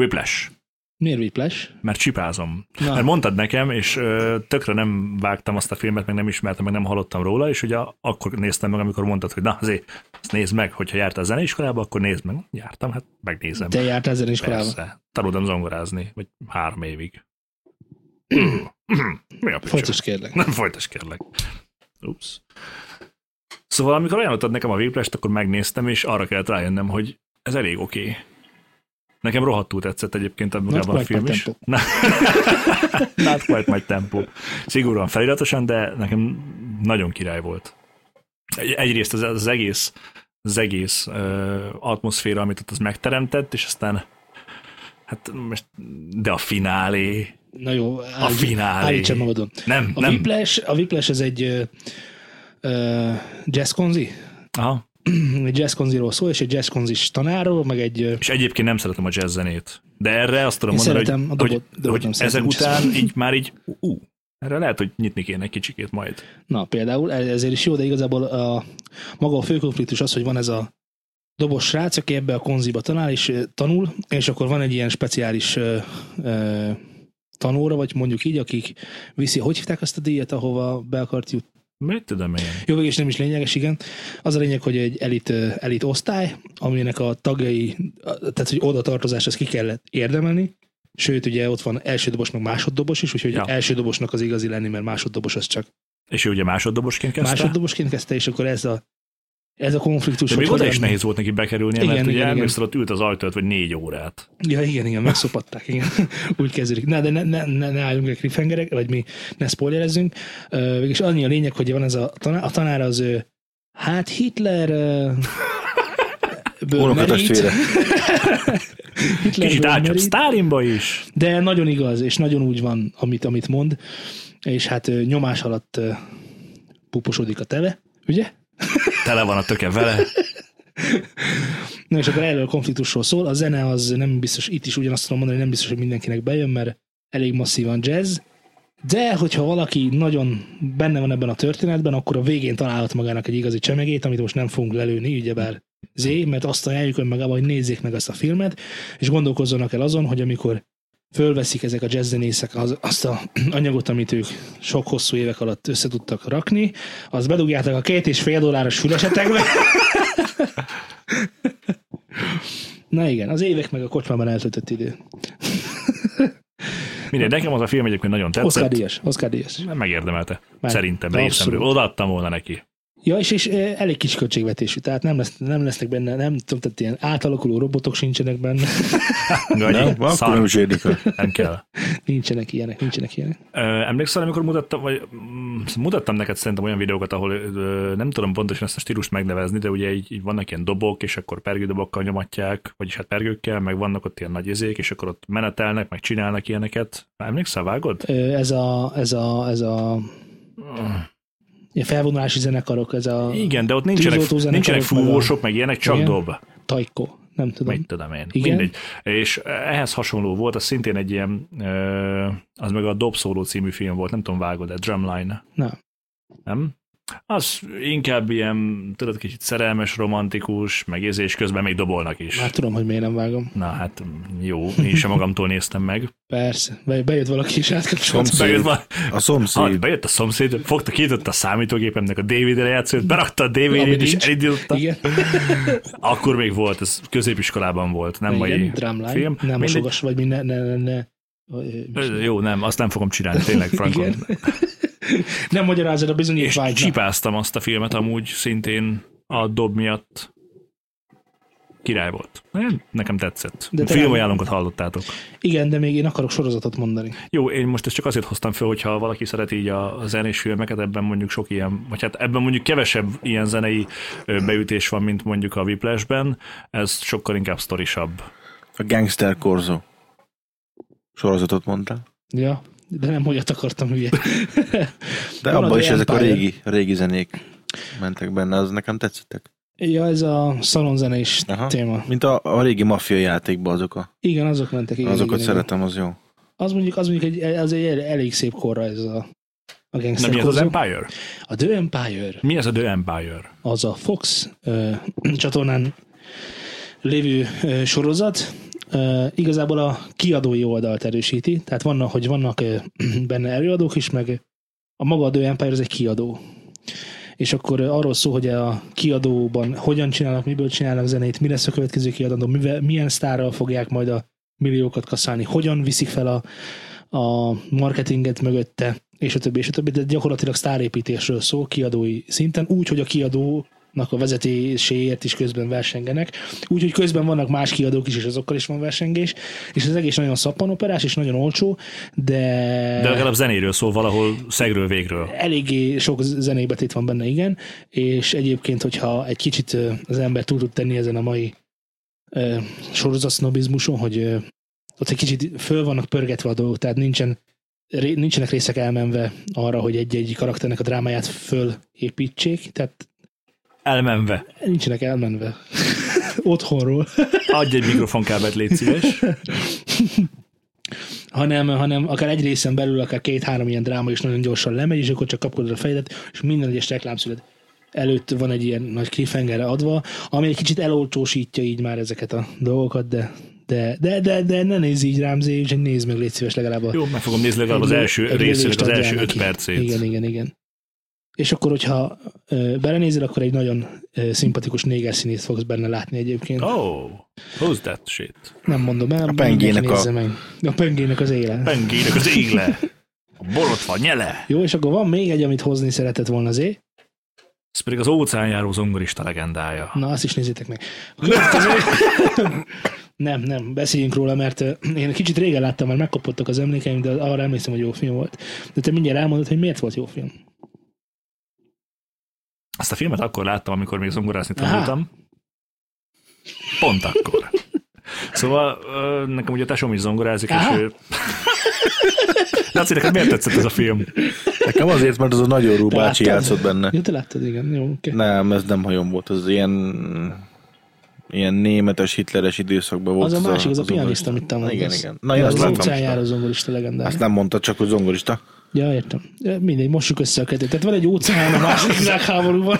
S1: Whiplash.
S2: Miért Whiplash?
S1: Mert csipázom.
S2: Na.
S4: Hát
S1: Mert mondtad nekem, és ö, tökre nem vágtam azt a filmet, meg nem ismertem, meg nem hallottam róla, és ugye akkor néztem meg, amikor mondtad, hogy na, azért, azt nézd meg, hogyha jártál zeneiskolába, akkor nézd meg. Jártam, hát megnézem.
S2: Te jártál zeneiskolába?
S1: Persze. Tanultam zongorázni, vagy három évig. Hm. Mi a picsa?
S2: Folytos kérlek.
S1: Nem folytas, kérlek. Ups. Szóval, amikor ajánlottad nekem a Whiplash-t, akkor megnéztem, és arra kellett rájönnem, hogy ez elég oké. Okay. Nekem rohadtul tetszett egyébként magában a
S2: quite
S1: film
S2: my
S1: is.
S2: tempo.
S1: Na- Not quite my tempo. Szigorúan feliratosan, de nekem nagyon király volt. Egy- Egyrészt az, az egész, az egész ö, atmoszféra, amit ott az megteremtett, és aztán hát most, de a finálé,
S2: Na jó, a
S1: finálé.
S2: Állítsad magadon.
S1: nem,
S2: A
S1: nem.
S2: Whiplash, a Whiplash ez egy ö, ö, jazz konzi,
S1: Aha.
S2: egy jazz konziról szól, és egy jazz konzis tanáról, meg egy ö,
S1: És egyébként nem szeretem a jazz zenét. De erre azt tudom
S2: Én
S1: mondani,
S2: szeretem,
S1: hogy,
S2: a dobot-
S1: hogy,
S2: dobot
S1: hogy
S2: nem
S1: ezek
S2: szeretem
S1: után
S2: jazz
S1: így már így, ú, erre lehet, hogy nyitni kéne egy kicsikét majd.
S2: na például, ez- ezért is jó, de igazából a, maga a fő konfliktus az, hogy van ez a dobos srác, aki ebbe a konziba tanál, és ö, tanul, és akkor van egy ilyen speciális ö, ö, tanóra, vagy mondjuk így, akik viszi, hogy hívták azt a díjat, ahova be akart jutni?
S1: Mit tudom én?
S2: Jó, és nem is lényeges, igen. Az a lényeg, hogy egy elit, ö, elit osztály, aminek a tagjai, a- tehát hogy oda tartozás, ezt ki kellett érdemelni. Sőt, ugye ott van első dobos, meg másoddobos is, úgyhogy
S1: Ja.
S2: ja. első dobosnak az igazi lenni, mert másoddobos az csak
S1: És ő ugye másoddobosként kezdte?
S2: másoddobosként kezdte, és akkor ez a, ez a konfliktus.
S1: De még
S2: hogy
S1: oda is
S2: hogyan-
S1: nehéz volt neki bekerülni,
S2: Igen,
S1: mert ugye
S2: igen, igen.
S1: emlékszel, ott ült az ajtót, vagy négy órát.
S2: Ja, igen, igen, megszopatták, igen. Úgy kezdődik. Na, de ne, ne, ne, ne álljunk el cliffhangerek, vagy mi ne spoilerezzünk. Ö, Végülis annyi a lényeg, hogy van ez a tanár, a tanár az ő, hát Hitler... ö, ből
S4: Unokatestvére.
S2: Hitlerből
S1: Kicsit átcsap
S2: merít,
S1: Sztálinba is.
S2: De nagyon igaz, és nagyon úgy van, amit, amit mond. És hát ö, nyomás alatt ö, puposodik a teve, ugye?
S1: Tele van a töke vele.
S2: Na és akkor erről a konfliktusról szól. A zene az nem biztos, itt is ugyanazt tudom mondani, hogy nem biztos, hogy mindenkinek bejön, mert elég masszívan jazz. De hogyha valaki nagyon benne van ebben a történetben, akkor a végén találhat magának egy igazi csemegét, amit most nem fogunk lelőni, ugyebár Zé, mert azt ajánljuk önmagában, hogy nézzék meg azt a filmet, és gondolkozzanak el azon, hogy amikor fölveszik ezek a jazzzenészek az, azt a anyagot, amit ők sok hosszú évek alatt össze tudtak rakni, azt bedugjátok a két és fél dolláros fülesetekbe, Na igen, az évek meg a kocsmában eltöltött idő.
S1: Mindegy, nekem az a film egyébként nagyon
S2: Oscar
S1: tetszett.
S2: Díjas, Oscar Díjas.
S1: Nem megérdemelte.
S2: Meg-
S1: Szerintem
S2: Abszolút.
S1: részemről. Odaadtam volna neki.
S2: Ja, és, és eh, elég kis költségvetésű, tehát nem, lesz, nem lesznek benne, nem tudom, tehát ilyen átalakuló robotok sincsenek benne,
S1: Gagyi,
S4: Nem? Van, Akkor nem
S1: szar,
S4: is érdekel.
S1: nem kell.
S2: nincsenek ilyenek, nincsenek ilyenek.
S1: Ö, Emlékszel, amikor mutattam, vagy mm, mutattam neked szerintem olyan videókat, ahol ö, nem tudom pontosan ezt a stílust megnevezni, de ugye így, így vannak ilyen dobok, és akkor pergődobokkal nyomatják, vagyis hát pergőkkel, meg vannak ott ilyen nagy izék, és akkor ott menetelnek, meg csinálnak ilyeneket. Emlékszel, vágod?
S2: Ö, Eh, Ez a, ez a, ez a ilyen felvonulási zenekarok, ez a
S1: Igen, de ott nincsenek,
S2: Tűzoltó zenekarok
S1: nincsenek
S2: meg a-
S1: fúvósok, meg ilyenek, csak
S2: Igen.
S1: dob.
S2: tajko, nem tudom.
S1: Mit tudom én.
S2: Igen?
S1: Mindegy. És ehhez hasonló volt, az szintén egy ilyen, ö, az meg a Dobszóló című film volt, nem tudom, vágod-e, Drumline,
S2: Na,
S1: nem? Az inkább ilyen, tudod, kicsit szerelmes, romantikus, meg izé, és közben még dobolnak is.
S2: már tudom, hogy miért nem vágom.
S1: Na hát jó, én sem magamtól néztem meg.
S2: Persze, Be- bejött valaki is átkapcsolt.
S4: Szomszéd.
S1: Bejött, val-
S4: A
S1: ah,
S4: szomszéd.
S1: bejött a szomszéd, fogta, kiütötte a számítógépemnek a DVD-re játszót, berakta a DVD-t
S2: Ami
S1: és
S2: nincs.
S1: elindította.
S2: Igen,
S1: Akkor még volt, ez középiskolában volt, nem
S2: igen
S1: mai
S2: drumline,
S1: film.
S2: nem
S1: Mindegy.
S2: mosogass, vagy mi ne, ne, ne, ne
S1: Ö, Jó, nem, azt nem fogom csinálni, tényleg, Frankon.
S2: Igen. Nem magyarázod a
S1: És
S2: bizonyítványt. na.
S1: csipáztam azt a filmet amúgy szintén a dob miatt. Király volt. Nem, Nekem tetszett.
S2: De
S1: De
S2: te
S1: Filmajánlónkat hallottátok.
S2: Igen, de még én akarok sorozatot mondani.
S1: Jó, én most ezt csak azért hoztam fel, hogyha valaki szereti így a, a zenés filmeket, ebben mondjuk sok ilyen, vagy hát ebben mondjuk kevesebb ilyen zenei ö, beütés van, mint mondjuk a Whiplashben, ez sokkal inkább sztorisabb.
S4: A Gangster Korzó. Sorozatot mondtál.
S2: Ja, de nem olyat akartam, hülye.
S4: De
S2: Van a
S4: abban is
S2: The
S4: ezek a
S2: Empire.
S4: régi, régi zenék mentek benne, az nekem tetszettek.
S2: Ja, ez a szalonzenés
S4: Aha.
S2: téma.
S4: Mint a, a régi maffia játékban azok a,
S2: Igen, azok mentek. Igen,
S4: azokat
S2: igen,
S4: szeretem, az jó.
S2: Igen. Az mondjuk, az mondjuk egy, az egy el- elég szép korra ez a, a gangster
S1: Nem mi ez az
S2: korszak.
S1: Empire?
S2: A The Empire,
S1: Mi ez a The Empire?
S2: az a Fox ö, csatornán lévő ö, sorozat, ö, igazából a kiadói oldalt erősíti, tehát vannak, hogy vannak ö, benne előadók is, meg a maga a The Empire az egy kiadó. És akkor ö, arról szól, hogy a kiadóban hogyan csinálnak, miből csinálnak zenét, mi lesz a következő kiadandó, mivel, milyen sztárral fogják majd a milliókat kaszálni, hogyan viszik fel a, a marketinget mögötte, és a többi, és a többi, de gyakorlatilag sztárépítésről szól kiadói szinten, úgy, hogy a kiadónak a vezetéséért is közben versengenek, úgyhogy közben vannak más kiadók is, és azokkal is van versengés, és az egész nagyon szappanoperás, és nagyon olcsó, de... Eh.
S1: De legalább zenéről szól valahol szegről végről.
S2: Eléggé sok zenébetét van benne, igen, és egyébként, hogyha egy kicsit ö, az ember túl tud tenni ezen a mai ö, sorozatsznobizmuson, hogy ö, ott egy kicsit föl vannak pörgetve a dolgok, tehát nincsen, ré, nincsenek részek elmenve arra, hogy egy-egy karakternek a drámáját fölépítsék, tehát
S1: Elmenve.
S2: nincsenek elmenve otthonról,
S1: Adj egy mikrofonkábelt, légy szíves.
S2: hanem, hanem akár egy részen belül, akár két-három ilyen dráma is nagyon gyorsan lemegy, és akkor csak kapkodod a fejedet, és minden egyes reklámszület előtt van egy ilyen nagy cliffhanger adva, ami egy kicsit elolcsósítja így már ezeket a dolgokat, de de, de, de, de ne nézz így rám, Zé, csak nézd meg, légy szíves legalább a
S1: Jó, meg fogom nézni legalább az
S2: Egy-
S1: első
S2: egy
S1: részét,
S2: lövést
S1: az
S2: adjál
S1: első öt
S2: neki.
S1: percét.
S2: Igen, igen, igen. És akkor, hogyha ö, belenézel, akkor egy nagyon ö, szimpatikus néger színészt fogsz benne látni egyébként.
S1: Oh, who's that shit?
S2: Nem mondom el,
S4: A pengének
S2: mindenki nézze
S4: a-
S2: Meg. A pengének az élen.
S1: Pengének az égle. A borotva nyele.
S2: Jó, és akkor van még egy, amit hozni szeretett volna Zé.
S1: Ez pedig az óceánjáró zongorista legendája.
S2: Na, azt is nézzétek meg. A következő... nem, nem, beszéljünk róla, mert ö, én kicsit régen láttam, mert megkopottak az emlékeim, de arra emlékszem, hogy jó film volt. De te mindjárt elmondod, hogy miért volt jó film.
S1: Azt a filmet akkor láttam, amikor még zongorázni
S2: Aha.
S1: tanultam. Pont akkor. Szóval ö, nekem ugye a tesóm is zongorázik,
S2: Aha.
S1: és ő... Laci, neked miért tetszett ez a film?
S4: Nekem azért, mert az a nagyon rú
S2: Te
S4: bácsi
S2: láttad?
S4: játszott benne.
S2: Jó, te láttad, igen. Jó, okay.
S4: Nem, ez nem hajom volt, az ilyen ilyen németes, hitleres időszakban volt.
S2: Az a másik, az a pianista, amit te
S4: zongorista.
S2: mondasz.
S4: Igen, igen. Na, én
S2: az
S4: azt
S2: utcán járó
S4: láttam.
S2: zongorista legendár.
S4: Azt nem mondta, csak hogy zongorista.
S2: Ja, értem. Ja, Mindegy, mossuk össze a kettőt. Tehát van egy óceán a második világháborúban.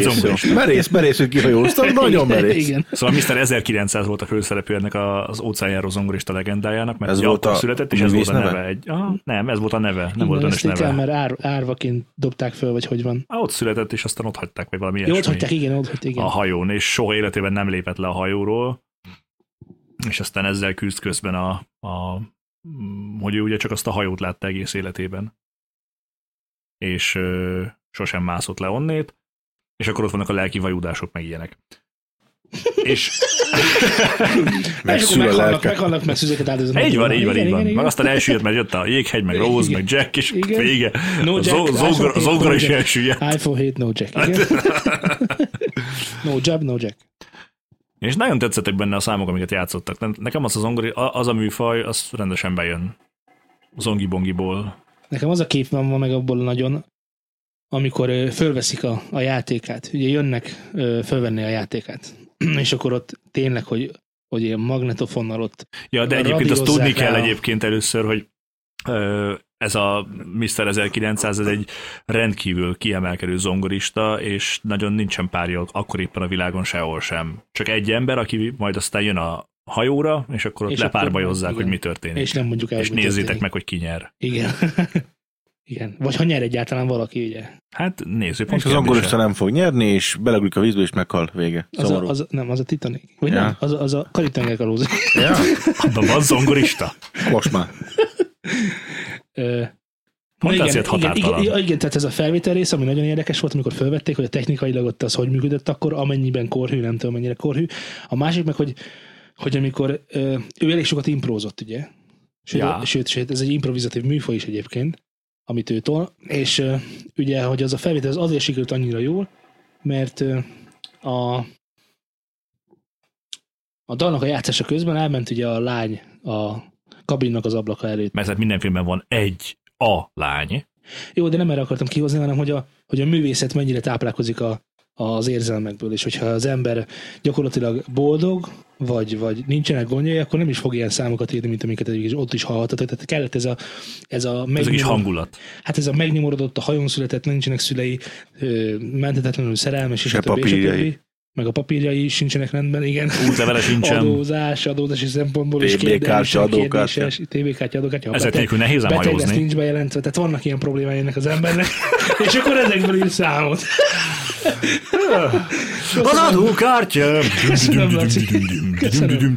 S1: zongorista.
S4: Merész, merész, hogy kihajóztam, nagyon merész.
S2: Igen.
S1: Szóval Mr. 1900 volt a főszereplő ennek a- az óceánjáró zongorista legendájának, mert
S4: Ez
S1: ez
S4: volt
S1: volt
S4: a
S1: született, és ez volt a
S4: művész
S1: neve.
S4: neve?
S1: Egy, aha, nem, ez volt a neve, nem volt
S2: Igen,
S1: önös
S2: ezt így kell,
S1: neve.
S2: mert ár, árvaként dobták föl, vagy hogy van.
S1: Á, ott született, és aztán ott hagyták, vagy valami
S2: Jó,
S1: ilyesmi.
S2: ott hagyták, igen, ott hagyták, igen.
S1: a hajón, és soha életében nem lépett le a hajóról, és aztán ezzel küzd közben a, a mm, hogy ő ugye csak azt a hajót látta egész életében, és ö, sosem mászott le onnét, és akkor ott vannak a lelki vajudások, meg ilyenek. És
S2: Meg és
S4: Megszül
S2: akkor
S4: a
S2: meghalnak,
S4: lelke.
S2: meghalnak, mert szüzeket áldoznak.
S1: így van, így van,
S2: Igen,
S1: így van.
S2: igen,
S1: Meg
S2: igen.
S1: aztán elsüllyedt, mert jött a jéghegy, meg Rose,
S2: Igen.
S1: meg Jack, és
S2: Igen.
S1: vége.
S2: No Jack,
S1: Zó-
S2: iPhone
S1: zógra-
S2: 7,
S1: Zógra
S2: no
S1: is
S2: Jack.
S1: elsüllyedt.
S2: iPhone 7, no jack.
S1: Hát-
S2: Igen. No job, no jack.
S1: És nagyon tetszettek benne a számok, amiket játszottak. Nem- Nekem az a, zongori, a- az a műfaj, az rendesen bejön. Zongi-bongiból.
S2: Nekem az a kép van ma meg abból nagyon, amikor ö, fölveszik a, a játékát. Ugye jönnek ö, fölvenni a játékát. és akkor ott tényleg, hogy, hogy ilyen magnetofonnal ott.
S1: Ja, de
S2: A
S1: egyébként azt tudni
S2: radírozzák
S1: kell
S2: rá a-
S1: egyébként először, hogy ö, ez a Mr. 1900, ez egy rendkívül kiemelkedő zongorista, és nagyon nincsen párja akkor éppen a világon sehol sem. Csak egy ember, aki majd aztán jön a hajóra, és akkor ott
S2: És
S1: és
S2: akkor-
S1: lepárbajozzák,
S2: igen.
S1: hogy mi történik.
S2: És nem mondjuk el,
S1: és
S2: hogy mi
S1: nézzétek
S2: történik.
S1: meg, hogy ki nyer.
S2: Igen. Igen. Vagy ha nyer egyáltalán valaki, ugye.
S1: Hát nézzük.
S4: És az angolista nem fog nyerni, és beleglik a vízbe, és meghal vége.
S2: Az a,
S4: Szomorú.
S2: az, a- nem, az a Titanic. Vagy
S4: Ja.
S2: nem, az, a- az a karitenger kalóz.
S4: Ja?
S1: Abban van zongorista.
S4: Most már.
S2: Ö,
S1: Pont
S2: na
S1: ezért
S2: igen, igen,
S1: határtalan.
S2: igen, igen, tehát ez a felvétel rész, ami nagyon érdekes volt, amikor felvették, hogy a technikailag ott az hogy működött akkor, amennyiben korhű, nem tudom mennyire korhű. A másik meg, hogy, hogy amikor ö, ő elég sokat improzott, ugye? Sőt,
S1: Ja.
S2: sőt, sőt, ez egy improvizatív műfaj is egyébként, amit ő tol, és ö, ugye, hogy az a felvétel az azért sikerült annyira jól, mert ö, a, a dalnak a játszása közben elment ugye a lány a kabinnak az ablaka előtt.
S1: Mert hát minden filmben van egy a lány.
S2: Jó, de nem erre akartam kihozni, hanem hogy a, hogy a művészet mennyire táplálkozik a, az érzelmekből, és hogyha az ember gyakorlatilag boldog, vagy, vagy nincsenek gondjai, akkor nem is fog ilyen számokat írni, mint amiket eddig is ott is hallhattatok. Tehát kellett ez a, ez a,
S1: Ez a kis
S2: megnyomor-
S1: hangulat.
S2: Hát ez a megnyomorodott, a hajón született, nincsenek szülei, ö, menthetetlenül szerelmes, és
S4: Se
S2: a többi, és a
S4: papírjai.
S2: többi. Meg a papírjai is sincsenek rendben, igen.
S1: Útlevele sincsen.
S2: Adózás, adózási szempontból is
S4: TB kártya,
S2: kérdéses,
S4: adókártya.
S2: kérdéses, TB-kártya, adókártya. ha
S1: Ezek
S2: beteg-
S1: nélkül nehéz ám
S2: Beteg lesz,
S1: hajózni.
S2: nincs bejelentve, tehát vannak ilyen problémái ennek az embernek, és akkor ezekből ír számot.
S1: Az adókártya!
S2: Köszönöm, Laci. Köszönöm.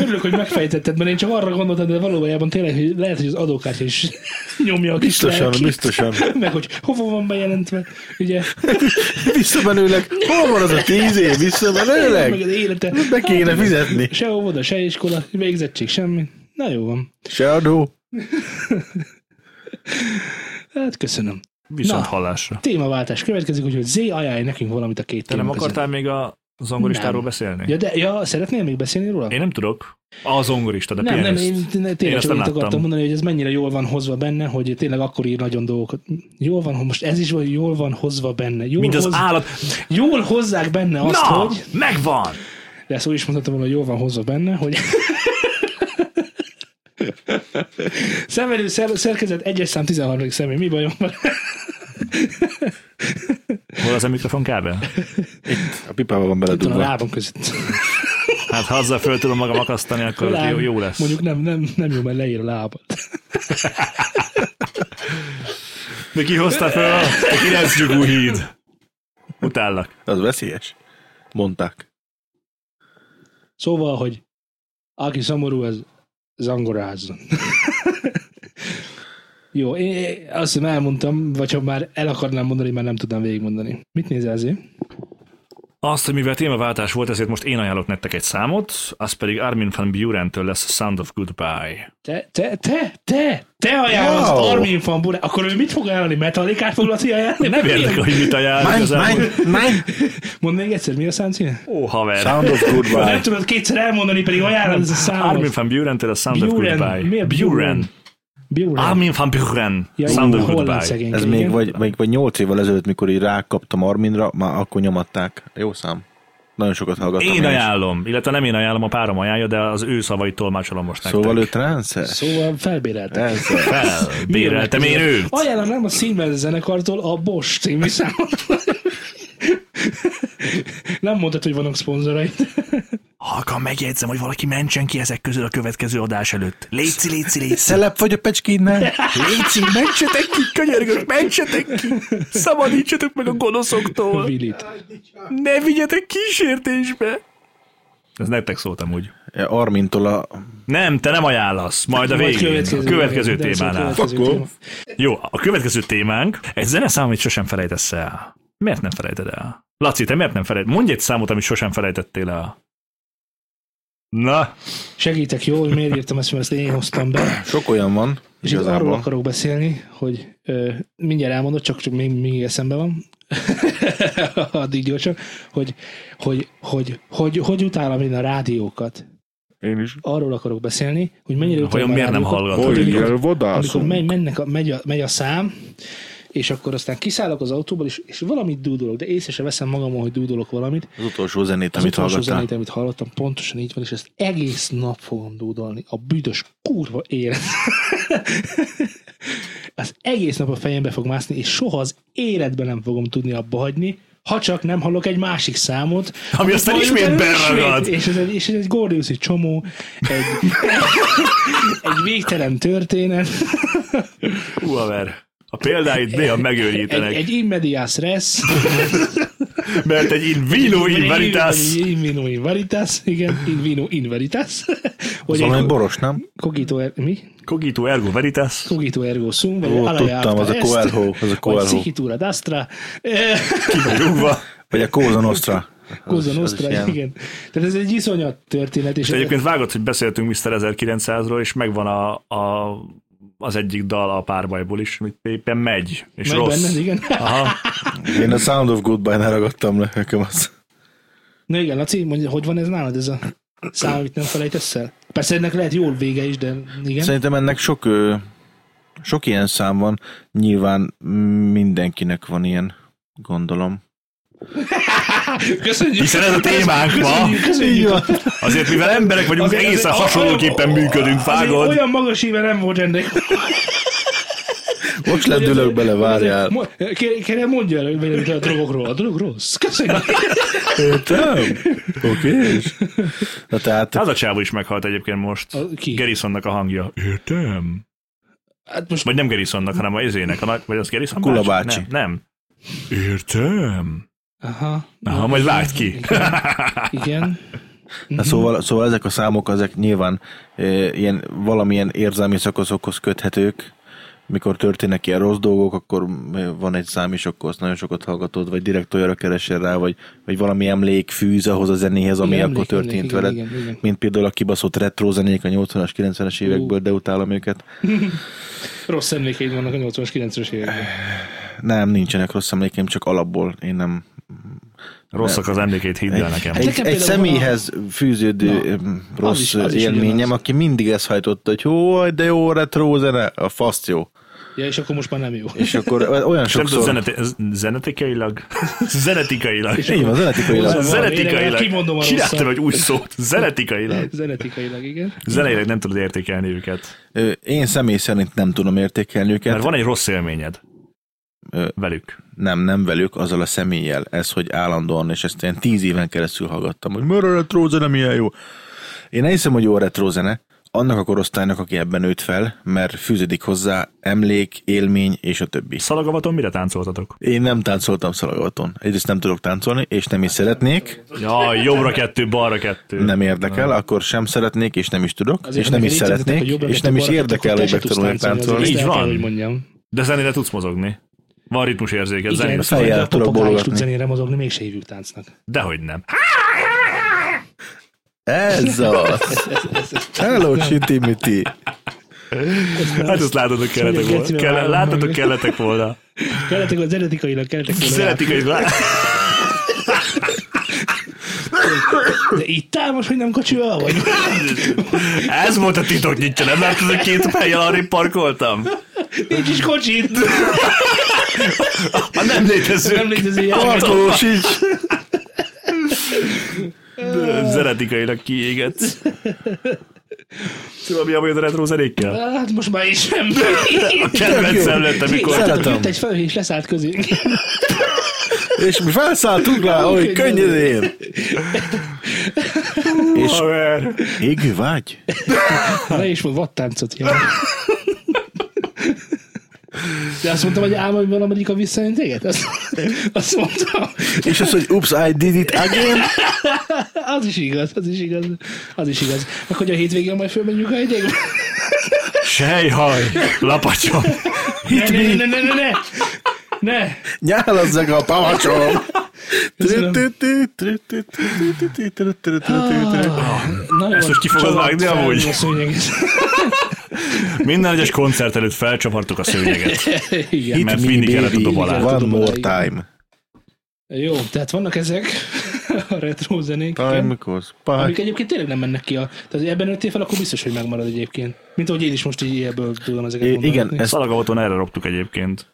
S2: Örülök, hogy megfejtetted, mert én csak arra gondoltam, de valójában tényleg hogy lehet, hogy az adókártya is nyomja a kis
S4: Biztosan,
S2: lelkét.
S4: biztosan.
S2: Meg hogy hova van bejelentve, ugye?
S4: Visszamenőleg. Hol van az a tíz év?
S2: Meg az
S4: Visszamenőleg?
S2: élete.
S4: Be kéne fizetni.
S2: Se óvoda, se iskola, végzettség, semmi. Na jó van.
S4: Se adó.
S2: Hát köszönöm.
S1: Viszont
S2: Na.
S1: hallásra.
S2: Témaváltás következik, úgyhogy Zé ajánlj nekünk valamit a két
S1: Te nem
S2: téma közül.
S1: akartál még a zongoristáról
S2: Nem.
S1: beszélni?
S2: Ja, de ja, szeretnél még beszélni róla?
S1: Én nem tudok. A zongorista, de
S2: nem, nem,
S1: pianist.
S2: én tényleg
S1: Én
S2: én
S1: ezt nem
S2: csak annyit
S1: láttam.
S2: akartam mondani, hogy ez mennyire jól van hozva benne, hogy tényleg akkor ír nagyon dolgokat. Jól van, hogy most ez is van, jól van hozva benne. Jól,
S1: Mint az
S2: hoz...
S1: állat.
S2: jól hozzák benne azt,
S1: Na!
S2: hogy...
S1: Megvan!
S2: De ezt úgy is mondhatom volna, hogy jól van hozva benne, hogy... Szemvelő szer- szerkezet egyes szám 13. személy, mi bajom van?
S1: Hol az a mikrofonkábel?
S4: A pipába van
S2: Tudom, a
S4: beledugva.
S2: lábam között.
S1: Hát ha azzal föl tudom magam akasztani, akkor
S2: Talán.
S1: jó, jó lesz.
S2: Mondjuk nem, nem, nem jó, mert leír a lábat.
S1: De ki hozta föl a kilenc gyugú híd? Utállak.
S4: Az veszélyes. Mondták.
S2: Szóval, hogy aki szomorú, az zangorázzon. Jó, én azt hiszem elmondtam, vagy ha már el akarnám mondani, már nem tudnám végigmondani. Mit nézel Zé?
S1: Azt, hogy mivel témaváltás volt, ezért most én ajánlok nektek egy számot, az pedig Armin van Buren-től lesz Sound of Goodbye.
S2: Te, te, te, te, te ajánlasz
S4: Wow.
S2: wow. Armin van Buren. Akkor ő mit fog ajánlani? Metallicát fog Laci ajánlani?
S1: Nem érdekel, hogy mit ajánl
S4: Mind,
S1: igazából.
S4: mind, mind.
S2: Mondd még egyszer, mi a szám címe?
S1: Ó, haver.
S4: Sound of
S2: Ha
S4: goodbye.
S2: Nem tudod kétszer elmondani, pedig ajánlod ez a
S1: Armin
S2: számot.
S1: van Buren-től a Sound of
S2: Buren.
S1: Goodbye.
S2: Miért
S1: Buren.
S2: Buren.
S1: Armin van Buren.
S2: Ja,
S1: Sound of
S2: jó, holland
S1: Goodbye.
S2: szegény.
S4: Ez
S2: Igen.
S4: még vagy, még vagy 8 évvel ezelőtt, mikor így rákaptam Arminra, már akkor nyomatták. Jó szám. Nagyon sokat hallgattam.
S1: Én
S4: is.
S1: ajánlom, illetve nem én ajánlom, a párom ajánlja, de az ő szavait tolmácsolom most nektek.
S4: Szóval ő transzes?
S2: Szóval felbéreltek.
S4: Transzes.
S1: Felbéreltem én őt.
S2: Ajánlom nem a Színvez zenekartól a Bosch című számot. Nem mondtad, hogy vannak szponzorai.
S1: Halkan megjegyzem, hogy valaki mentsen ki ezek közül a következő adás előtt. Léci, léci, léci.
S4: Szelep vagy a pecskédnál?
S1: Léci, mentsetek ki, könyörgök, mentsetek ki. Szabadítsatok meg a gonoszoktól.
S2: Vilit.
S1: Ne vigyetek kísértésbe. Ez nektek szóltam úgy.
S4: Ja, Armintól a...
S1: Nem, te nem ajánlasz. Majd a
S2: Majd
S1: végén. a következő
S2: de ez a
S1: témánál.
S2: következő
S4: Fuck off.
S2: téma.
S1: Jó, a következő témánk egy zeneszám, amit sosem felejtesz el. Miért nem felejted el? Laci, te miért nem felejted? Mondj egy számot, amit sosem felejtettél el. Na,
S2: Segítek jó, hogy miért írtam ezt, mert ezt én hoztam be.
S4: Sok olyan van,
S2: És itt arról
S4: igazából.
S2: akarok beszélni, hogy ö, mindjárt elmondod, csak, csak még, még eszembe van. Addig gyorsan, hogy hogy, hogy, hogy, hogy utálom én a rádiókat.
S4: Én is.
S2: Arról akarok beszélni, hogy mennyire
S1: vajon
S2: utálom a
S1: miért nem
S2: rádiókat.
S1: hallgatod?
S2: amikor megy, mennek a, megy, a, megy a szám, és akkor aztán kiszállok az autóból, és, és valamit dúdolok, de észre se veszem magamon, hogy dúdolok valamit.
S4: Az utolsó zenét,
S2: Az
S4: amit
S2: utolsó
S4: hallgattál.
S2: zenét, amit hallottam, pontosan így van, és ezt egész nap fogom dúdolni. A büdös kurva élet. az egész nap a fejembe fog mászni, és soha az életben nem fogom tudni abba hagyni, ha csak nem hallok egy másik számot.
S1: Ami aztán
S2: majd
S1: ismét
S2: utána
S1: beragad.
S2: ismét, És ez egy, és ez egy gordiuszi csomó, egy, egy végtelen történet.
S1: Hú, haver. A példáit néha
S2: Egy,
S1: megőrítenek,
S2: egy in medias res.
S1: mert egy in vino in veritas.
S2: In vino in veritas. Igen, in vino in veritas.
S4: Az
S2: Hogy
S4: valami
S2: egy
S4: boros, nem?
S2: cogito, er, mi?
S1: Cogito ergo veritas.
S2: Cogito ergo sum, vagy
S4: Ó,
S2: alaya
S4: tudtam,
S2: acta
S4: az a
S2: est,
S4: Coelho, az a
S2: vagy
S4: Coelho.
S2: Pszichitura d'astra.
S1: Ki vagy rúgva.
S4: Vagy a Kóza Nostra.
S2: Cosa
S4: Az is- az is
S2: Nostra,
S4: ilyen.
S2: igen. Tehát ez egy iszonyat történet, és
S1: És egyébként vágott, hogy beszéltünk Mr. 1900-ról, és megvan a, a az egyik dal a párbajból is, amit éppen megy, és
S2: Megy
S1: rossz.
S2: benned, igen.
S1: Aha.
S4: Én a Sound of Goodbye-nál ragadtam le, nekem az.
S2: Na igen, Laci, mondja, hogy van ez nálad, ez a szám, amit nem felejtesz el? Persze ennek lehet jól vége is, de igen.
S4: Szerintem ennek sok, ö, sok ilyen szám van. Nyilván mindenkinek van ilyen, gondolom.
S2: Köszönjük!
S1: Hiszen ez a témánk ma.
S2: Köszönjük, köszönjük.
S1: Azért, mivel emberek vagyunk,
S2: Azért-
S1: egészen
S2: azért-
S1: hasonlóképpen működünk,
S2: Azért
S1: vágod.
S2: Olyan magas éve nem volt ennek.
S4: Most ledülök bele, várjál.
S2: Mo- Kérem, kérem, mondja el, hogy a drogokról. A drog rossz. Köszönjük.
S4: Értem? Oké. és- Na tehát,
S1: Hát Az a csávó is meghalt egyébként most.
S2: A- ki?
S1: Garrisonnak a hangja. Értem.
S2: Hát most
S1: Vagy nem Garrisonnak, hanem a izének, a nagy, vagy az Garrison
S4: Kula bácsi.
S1: Nem, nem. Értem.
S2: Aha.
S1: Aha, majd vágd ki.
S2: Igen. igen.
S4: na
S2: Mhm.
S4: szóval, szóval ezek a számok, ezek nyilván e, ilyen valamilyen érzelmi szakaszokhoz köthetők. Mikor történnek ilyen rossz dolgok, akkor eh, van egy szám, és akkor azt nagyon sokat hallgatod, vagy direkt olyanra keresel rá, vagy, vagy valami emlék fűz ahhoz a zenéhez, ami
S2: Igen,
S4: igen, akkor
S2: emlék,
S4: történt
S2: emlék, igen,
S4: veled.
S2: igen, igen.
S4: Mint például a kibaszott retro zenék a 80-as, 90-es évekből, de utálom őket.
S2: Rossz emlékeid vannak a 80-as, 90-es években.
S4: Nem, nincsenek rossz emlékeim, csak alapból én nem.
S1: Rosszak az emlékeit, hidd el nekem.
S2: Hát
S4: Egy,
S2: nekem
S4: egy
S2: például
S4: személyhez fűződő Na, rossz
S2: az is-
S4: is,
S2: az is
S4: élményem,
S2: ugyanaz.
S4: aki mindig ezt hajtotta, hogy jó, de jó retro zene, a fasz jó.
S2: Ja, és akkor most már nem jó.
S4: És akkor olyan
S1: Nem
S4: sokszor...
S1: tudod, zeneti- zenetikailag? Zenetikailag.
S4: Így van,
S2: Hozzá-
S4: zenetikailag.
S1: Zenetikailag.
S2: Kimondom a
S1: Csináltam
S2: rosszat.
S1: egy új szót. Zenetikailag.
S2: Zenetikailag, igen.
S1: Zeneileg nem tudod értékelni őket.
S4: Ö, Én személy szerint nem tudom értékelni őket.
S1: Mert van egy rossz élményed.
S4: Ö,
S1: Velük.
S4: Nem, nem velük, azzal a személlyel. Ez, hogy állandóan, és ezt én tíz éven keresztül hallgattam, hogy mert a retro zene milyen jó. Én nem hiszem, hogy jó a retro zene, annak a korosztálynak, aki ebben nőtt fel, mert fűződik hozzá emlék, élmény és a többi.
S1: Szalagavaton mire táncoltatok?
S4: Én nem táncoltam szalagaton. Egyrészt nem tudok táncolni, és nem is szeretnék,
S1: Ja, jobbra kettő, balra kettő.
S4: nem érdekel, akkor sem szeretnék, és nem is tudok,
S2: Azért,
S4: és nem
S2: ha
S4: is
S2: neked így tettek, hogy
S4: szeretnék,
S2: jobbra
S4: és
S2: tettek,
S4: nem is
S2: balra tettek,
S4: érdekel,
S2: akkor
S4: hogy
S2: te se
S4: megtanulni
S2: tudsz táncolni,
S4: táncolni.
S2: azért
S1: Így
S2: el kell,
S1: van.
S2: hogy mondjam.
S1: De zenére tudsz mozogni. Van ritmusértéked, érzéket,
S2: Igen,
S1: zenére.
S2: szóval
S4: fejjel
S2: a
S4: tudok
S2: papagáj is tud
S4: bologatni.
S2: zenére mozogni, mégse hívjuk táncnak.
S1: Dehogy nem.
S4: Ez az! Hello, Csitimiti!
S1: Hát ezt láttatok kelletek
S2: Mondja,
S1: volna.
S2: Gecivel
S1: Kell,
S2: vágom
S1: láttatok
S2: meg.
S1: kelletek volna.
S2: Kelletek, hogy zenetikailag kelletek volna
S1: Szeretik, hogy lá-
S2: rá. De itt áll most, hogy nem kocsival vagy?
S1: Ez volt a titok nyitja, nem láttad, hogy két helyen arrébb parkoltam?
S2: Nincs is kocsit!
S1: Ha Hát nem létező,
S2: Nem létezik ilyen.
S4: Parkolósíts!
S1: zenetikailag kiégett. Tudom, mi a baj a retro zenékkel?
S2: Hát most már is sem.
S1: Kedvencem lett, amikor...
S4: Szeretem.
S2: Jött egy felhő és leszállt közé.
S4: És mi felszálltunk rá, hogy könnyedén! És
S1: Haver.
S4: égő vágy?
S2: Le is mond vadtáncot. jaj. De azt mondtam, hogy álmaim valamelyik a visszajön téged? Azt, azt mondtam.
S4: És az, hogy ups, I did it again?
S2: Az is igaz, az is igaz. Az is igaz. Akkor hogy a hétvégén majd fölmegyünk a hegyekbe?
S1: Sejhaj, lapacsom.
S2: Ne, ne, ne, ne, ne, ne! Ne!
S4: Nyálazzak a pavacsom!
S2: Köszönöm. Nagyon
S1: Ezt most ki fogod
S2: csavart
S1: vágni
S2: fel
S1: amúgy?
S2: Ah, a szőnyeget.
S1: Minden egyes koncert előtt felcsavartuk a szőnyeget.
S2: Igen.
S1: Mert vinni kellett a dob alá.
S4: One more time.
S2: Jó, tehát vannak ezek a retro zenék. igen,
S4: Time goes by.
S2: Amik
S1: Hát-
S2: egyébként tényleg nem mennek ki a... Tehát ebben nőttél fel, akkor biztos, hogy megmarad egyébként. Mint ahogy én is most így ebből tudom ezeket
S4: É, Igen,
S2: ez
S4: ezt
S1: Szalagavaton erre roptuk egyébként.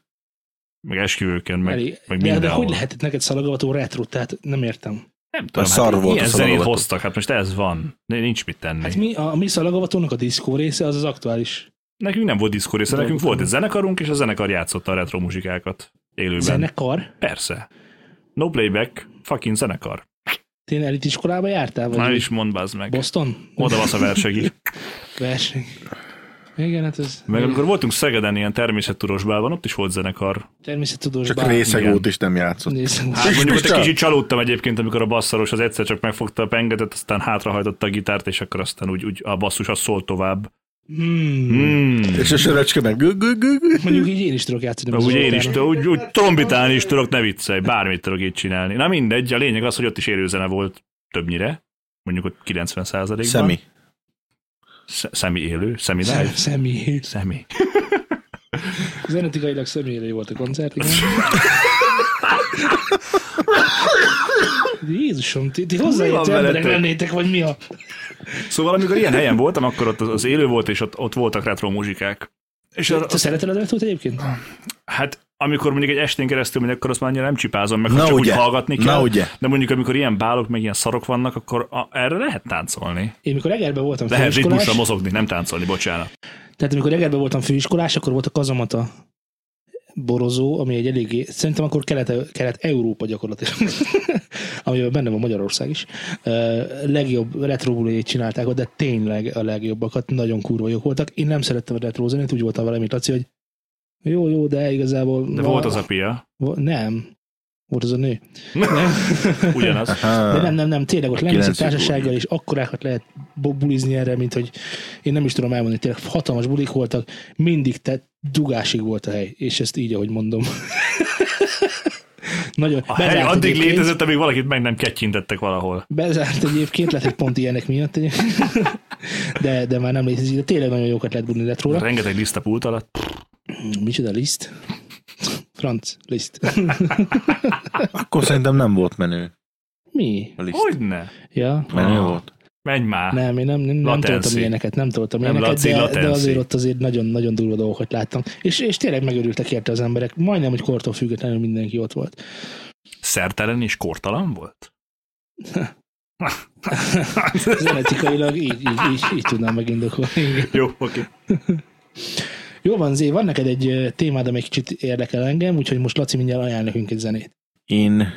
S1: Meg esküvőken, meg, meg
S2: de, de
S1: mindenhol.
S2: hogy lehetett neked szalagavató retro? Tehát nem értem.
S1: Nem
S4: a szar volt a
S1: Ilyen zenét
S4: szalagavató.
S1: hoztak, hát most ez van. Nincs mit tenni.
S2: Hát mi, a, a mi szalagavatónak a diszkó része az az aktuális
S1: Nekünk nem volt diszkó része, nekünk volt egy zenekarunk, és a zenekar játszotta a retro muzsikákat élőben.
S2: zenekar.
S1: Persze. No playback, fucking zenekar.
S2: Tényleg elit iskolába jártál? Vagy
S1: Már is mondd, bazd meg.
S2: Boston?
S1: Oda vasz a versegi.
S2: Verseny. Igen, hát ez
S1: Meg amikor voltunk Szegeden ilyen természetturosbában, ott is volt zenekar.
S2: természettudós
S4: Csak
S2: bár.
S4: részegót is nem játszott.
S2: Nézzünk.
S1: Hát mondjuk ott egy
S4: Isten!
S1: kicsit csalódtam egyébként, amikor a basszaros az egyszer csak megfogta a pengetet, aztán hátrahajtotta a gitárt, és akkor aztán úgy, úgy a basszus az szól tovább.
S2: Hmm.
S1: Hmm.
S4: És a söröcske meg gü- gü- gü- gü.
S2: Mondjuk így én is tudok játszani.
S1: Úgy én is,
S2: utána.
S1: tudok, úgy, úgy trombitálni is tudok, ne viccelj, bármit tudok így csinálni. Na mindegy, a lényeg az, hogy ott is élőzene volt többnyire, mondjuk ott 90 százalékban.
S4: Szemi.
S1: Szemi élő, szemi live.
S2: Szem- Személy.
S1: Szemi.
S2: Zenetikailag személyre volt a koncert, igen. Jézusom, ti, ti
S1: van
S2: hozzáértő emberek
S1: veletek?
S2: lennétek, vagy mi a...
S1: Szóval amikor ilyen helyen voltam, akkor ott az, az élő volt, és ott, ott voltak retro muzsikák. És a,
S2: Te szereted a retrót egyébként?
S1: hát amikor mondjuk egy estén keresztül megy, akkor azt már annyira nem csipázom meg, ha
S4: Na
S1: csak
S4: ugye.
S1: úgy hallgatni
S4: Na
S1: kell.
S4: ugye.
S1: De mondjuk amikor ilyen bálok, meg ilyen szarok vannak, akkor a, erre lehet táncolni.
S2: Én mikor Egerben voltam
S1: Lehet
S2: főiskolás,
S1: ritmusra mozogni, nem táncolni, bocsánat.
S2: tehát amikor Egerben voltam főiskolás, akkor volt a kazamata borozó, ami egy eléggé, szerintem akkor Kelet- Kelet-Európa gyakorlatilag, amiben benne van Magyarország is, Ö, legjobb retrobuléjét csinálták ott, de tényleg a legjobbakat, nagyon kurva jók voltak. Én nem szerettem a retro zenét, úgy voltam vele, mint Laci, hogy jó, jó, de igazából...
S1: De
S2: ma-
S1: volt az a pia,
S2: Vo- Nem. Volt az a nő. Nem.
S1: ugyanaz.
S4: Aha.
S2: De nem, nem, nem, tényleg ott
S4: A
S2: lemész egy
S4: 90-es
S2: társasággal,
S4: buli.
S2: és akkorákat lehet bo- bulizni erre, mint hogy én nem is tudom elmondani, tényleg hatalmas bulik voltak, mindig te dugásig volt a hely, és ezt így, ahogy mondom. Nagyon.
S1: A hely
S2: bezárt
S1: addig
S2: egyébként.
S1: létezett, amíg valakit meg nem kettyintettek valahol.
S2: Bezárt egyébként, lehet, hogy pont ilyenek miatt, egyébként. de, de már nem létezik, de tényleg nagyon jókat lehet budni retróra.
S1: Rengeteg liszta pult alatt.
S2: Micsoda liszt? Franc, liszt.
S4: Akkor szerintem nem volt menő.
S2: Mi?
S4: A liszt.
S1: Hogyne?
S2: Ja.
S4: Menő
S1: Ah.
S4: volt.
S1: Menj már.
S2: Nem, én nem, nem, nem
S1: Ah. Latency.
S2: toltam ilyeneket, nem toltam
S1: Nem,
S2: ilyeneket,
S1: Laci,
S2: de,
S1: latency.
S2: de azért ott azért nagyon-nagyon durva dolgokat láttam. És, és tényleg megörültek érte az emberek, majdnem, hogy kortól függetlenül mindenki ott volt.
S1: Szertelen és kortalan volt?
S2: Zenetikailag így, így, így, így tudnám megindokolni. Igen.
S1: Jó, oké.
S2: Jó van, Zé, van neked egy ö, témád, ami egy kicsit érdekel engem, úgyhogy most Laci mindjárt ajánl nekünk egy zenét.
S4: Én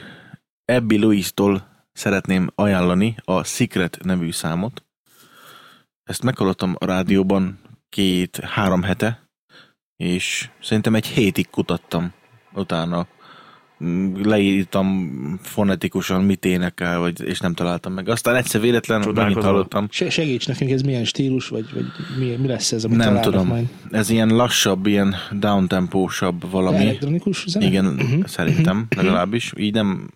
S4: Abby Louis-tól szeretném ajánlani a Secret nevű számot. Ezt meghallottam a rádióban két-három hete, és szerintem egy hétig kutattam utána. Mm, Leírtam fonetikusan, mit énekel, vagy, és nem találtam meg. Aztán egyszer véletlenül
S1: Csodálkozol.
S4: megint hallottam.
S2: Se, segíts nekünk, ez milyen stílus, vagy, vagy mi, mi lesz ez, amit
S4: Nem
S2: találnak
S4: tudom.
S2: majd.
S4: Ez ilyen lassabb, ilyen downtempósabb valami.
S2: Elektronikus zene?
S4: Igen,
S2: Uh-huh.
S4: szerintem legalábbis. Így nem,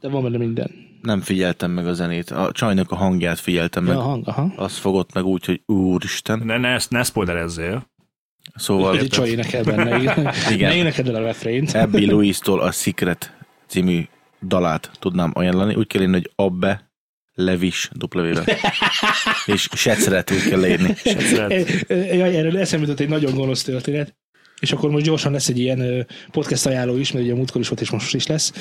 S2: De van benne minden.
S4: nem figyeltem meg a zenét. A csajnak a hangját figyeltem
S2: Ja,
S4: meg.
S2: a hang, aha.
S4: Azt fogott meg úgy, hogy úristen.
S1: Ne, ne, ne spoilerezzél.
S4: Szóval
S2: Egy csaj énekel benne, igen.
S4: Igen.
S2: Ne énekeld el a refrént.
S4: Abby Louis-tól a Secret című dalát tudnám ajánlani. Úgy kell írni, hogy Abbe Levis W-vel. És Secret úgy kell leírni.
S1: Secret.
S2: E- Jaj, erről eszembe jutott egy nagyon gonosz történet, és akkor most gyorsan lesz egy ilyen ö, podcast ajánló is, mert ugye múltkor is volt, és most is lesz,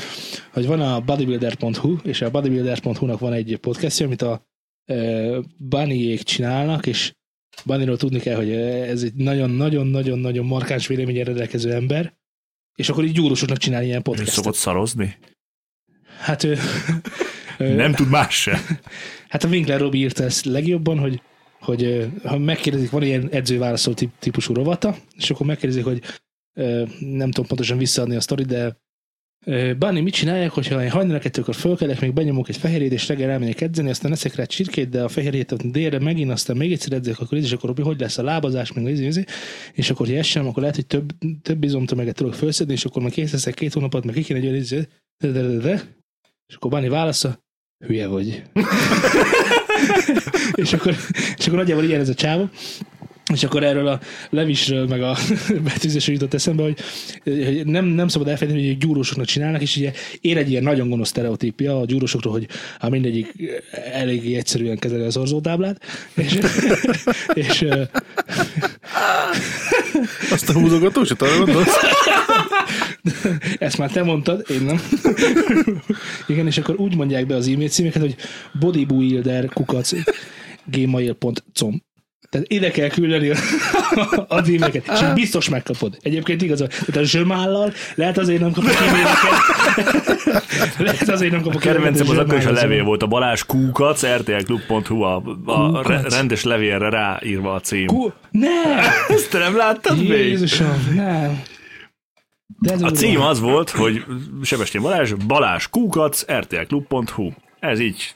S2: hogy van a bodybuilder.hu, és a bodybuilder.hu-nak van egy podcastja, amit a ö, Bunnyék csinálnak, és Bunnyról tudni kell, hogy ö, ez egy nagyon-nagyon-nagyon-nagyon markáns véleménye rendelkező ember, és akkor így gyúrosoknak csinál ilyen
S1: És
S2: podcastot.
S1: szokott szarozni?
S2: Hát ő, ö,
S1: Nem tud más se.
S2: Hát a Winkler Robi írta ezt legjobban, hogy, hogy ö, ha megkérdezik, van ilyen edzőválaszol tip- típusú rovata, és akkor megkérdezik, hogy ö, nem tudom pontosan visszaadni a sztorit, de ö, Báni, mit csinálják, hogyha én hajnalra kettőkor fölkelek, még benyomok egy fehérjét, és reggel elmegyek edzeni, aztán eszek rá egy csirkét, de a fehérjét ott délre megint, aztán még egyszer edzek, akkor ez, és akkor Robi, hogy lesz a lábazás, meg ez, ez, és akkor, ha essem, akkor lehet, hogy több, több izomtömeget tudok felszedni, és akkor meg kész leszek két hónapot, meg ki kéne egy olyan izé- de, de, de, de. és akkor Báni válasza, hülye vagy és, akkor, és akkor nagyjából ilyen ez a csávó. És akkor erről a levisről, meg a betűzésről jutott eszembe, hogy, hogy nem, nem szabad elfelejteni, hogy ők gyúrósoknak csinálnak, és ugye ér egy ilyen nagyon gonosz sztereotípia a gyúrósokról, hogy hát mindegyik eléggé egyszerűen kezeli az orzótáblát, és, és ö,
S4: Azt a húzogatósat arra gondolsz?
S2: ezt már te mondtad, én nem. Igen, és akkor úgy mondják be az e-mail címeket, hogy bodybuilder kukac gmail.com Tehát ide kell küldeni az e-maileket, és
S1: Ah.
S2: így biztos megkapod. Egyébként igazad. Tehát a zsömállal lehet azért nem kapok e-maileket. lehet azért nem kapok
S1: Kedvencem az akkor is a
S2: zsömállal.
S1: levél volt. A Balázs Kúkac, rtlklub.hu a, a re- rendes levélre ráírva a cím.
S2: Ku- Ne!
S1: Ezt te nem láttad még?
S2: Jézusom, nem. De ez
S1: A
S2: durva.
S1: cím az volt, hogy Sebestyén Balázs, Balázs Kúkac, rtlklub.hu. Ez így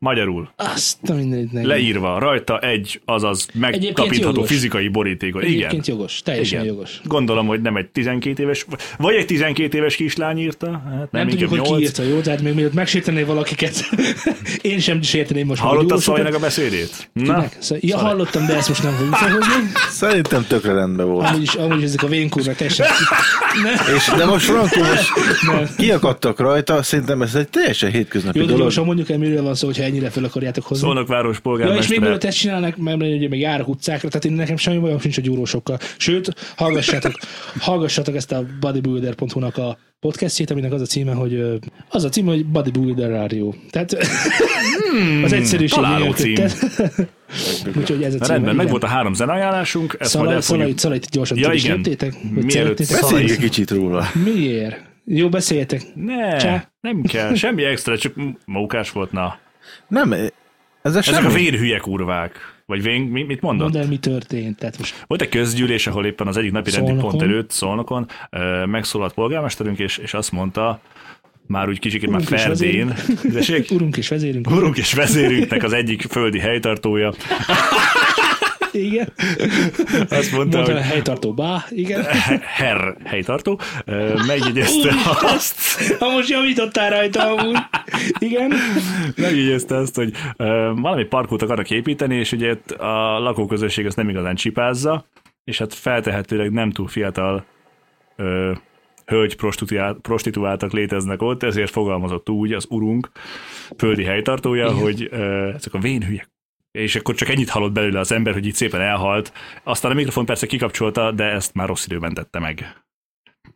S1: magyarul,
S2: Azt a mindenit neki.
S1: leírva rajta egy, azaz
S2: Egyébként
S1: megtapintható
S2: jogos.
S1: fizikai borítékot. Igen.
S2: Egyébként jogos, teljesen
S1: Igen.
S2: jogos.
S1: Gondolom, hogy nem egy 12 éves, vagy egy 12 éves kislány írta, hát nem,
S2: Nem, tudjuk, hogy ki
S1: 8.
S2: írta, jó? Tehát még mielőtt megsértené valakiket, én sem sérteném most.
S1: Hallottad
S2: hogy jó,
S1: Szajnak a
S2: sokat-
S1: beszédét? Na,
S2: Kinek? Szóval- Ja, hallottam, de ezt most nem fogjuk felhozni.
S4: Szerintem tökre rendben volt.
S2: Amúgy is, amúgy is ezek a vénkúrnak teljesen.
S4: És, de most Franco, most kiakadtak rajta, szerintem ez egy teljesen hétköznapi
S2: Jó, de
S4: dolog.
S2: gyorsan mondjuk el, miről van szó, hogyha ennyire fel akarjátok hozni.
S1: Szolnokváros
S2: Ja, és még
S1: polgármestere.
S2: mielőtt ezt csinálnak, mert ugye még járok utcákra, tehát én nekem semmi bajom sincs a gyúrósokkal. Sőt, hallgassátok, hallgassátok ezt a bodybuilder.hu-nak a podcastjét, aminek az a címe, hogy ö, az a címe, hogy Bodybuilder Rádió. Tehát az egyszerűség
S1: Hmm, találó
S2: miatt
S1: cím.
S2: tetted. Úgyhogy ez a
S1: Na,
S2: címe.
S1: Rendben, meg
S2: igen.
S1: volt a három zeneajánlásunk, ezt majd
S2: Szalai,
S1: el
S2: szalai,
S1: fogjuk...
S2: szalai, gyorsan
S1: Ja,
S2: ja, is
S1: igen.
S2: léptétek? Vagy
S1: Mielőtt
S2: szeretnétek?
S1: Szalai-
S4: Beszéljünk egy kicsit róla.
S2: Miért? Jó, beszéljetek.
S1: Ne,
S2: Csá.
S1: nem kell, semmi extra, csak m- mókás volt, na.
S4: Nem, ezzel
S1: Ezek a
S4: semmi.
S1: vérhülyek urvák. Vagy vén, mi, mit mondott?
S2: Mondd el, mi történt. Tehát most
S1: Volt egy közgyűlés, ahol éppen az egyik napi rendi
S2: Szolnokon.
S1: pont előtt, Szolnokon, ö, megszólalt polgármesterünk, és, és azt mondta, már úgy kicsikét már
S2: Urunk és
S1: Ferdén, tessék,
S2: urunk és vezérünk.
S1: urunk és vezérünknek az egyik földi helytartója,
S2: Igen.
S1: azt mondta,
S2: Mondta
S1: hogy
S2: a helytartó bá. Igen.
S1: he- herr helytartó, ö, megjegyezte azt,
S2: Ha most javítottál rajta amúgy. Igen.
S1: megjegyezte azt, hogy ö, valami parkot akarnak építeni, és ugye itt a lakóközösség ezt nem igazán csipázza, és hát feltehetőleg nem túl fiatal ö, hölgy prostituált, prostituáltak léteznek ott, ezért fogalmazott úgy az urunk földi helytartója, hogy ö, ezek a vénhülyek és akkor csak ennyit hallott belőle az ember, hogy itt szépen elhalt. Aztán a mikrofon persze kikapcsolta, de ezt már rossz időben tette meg.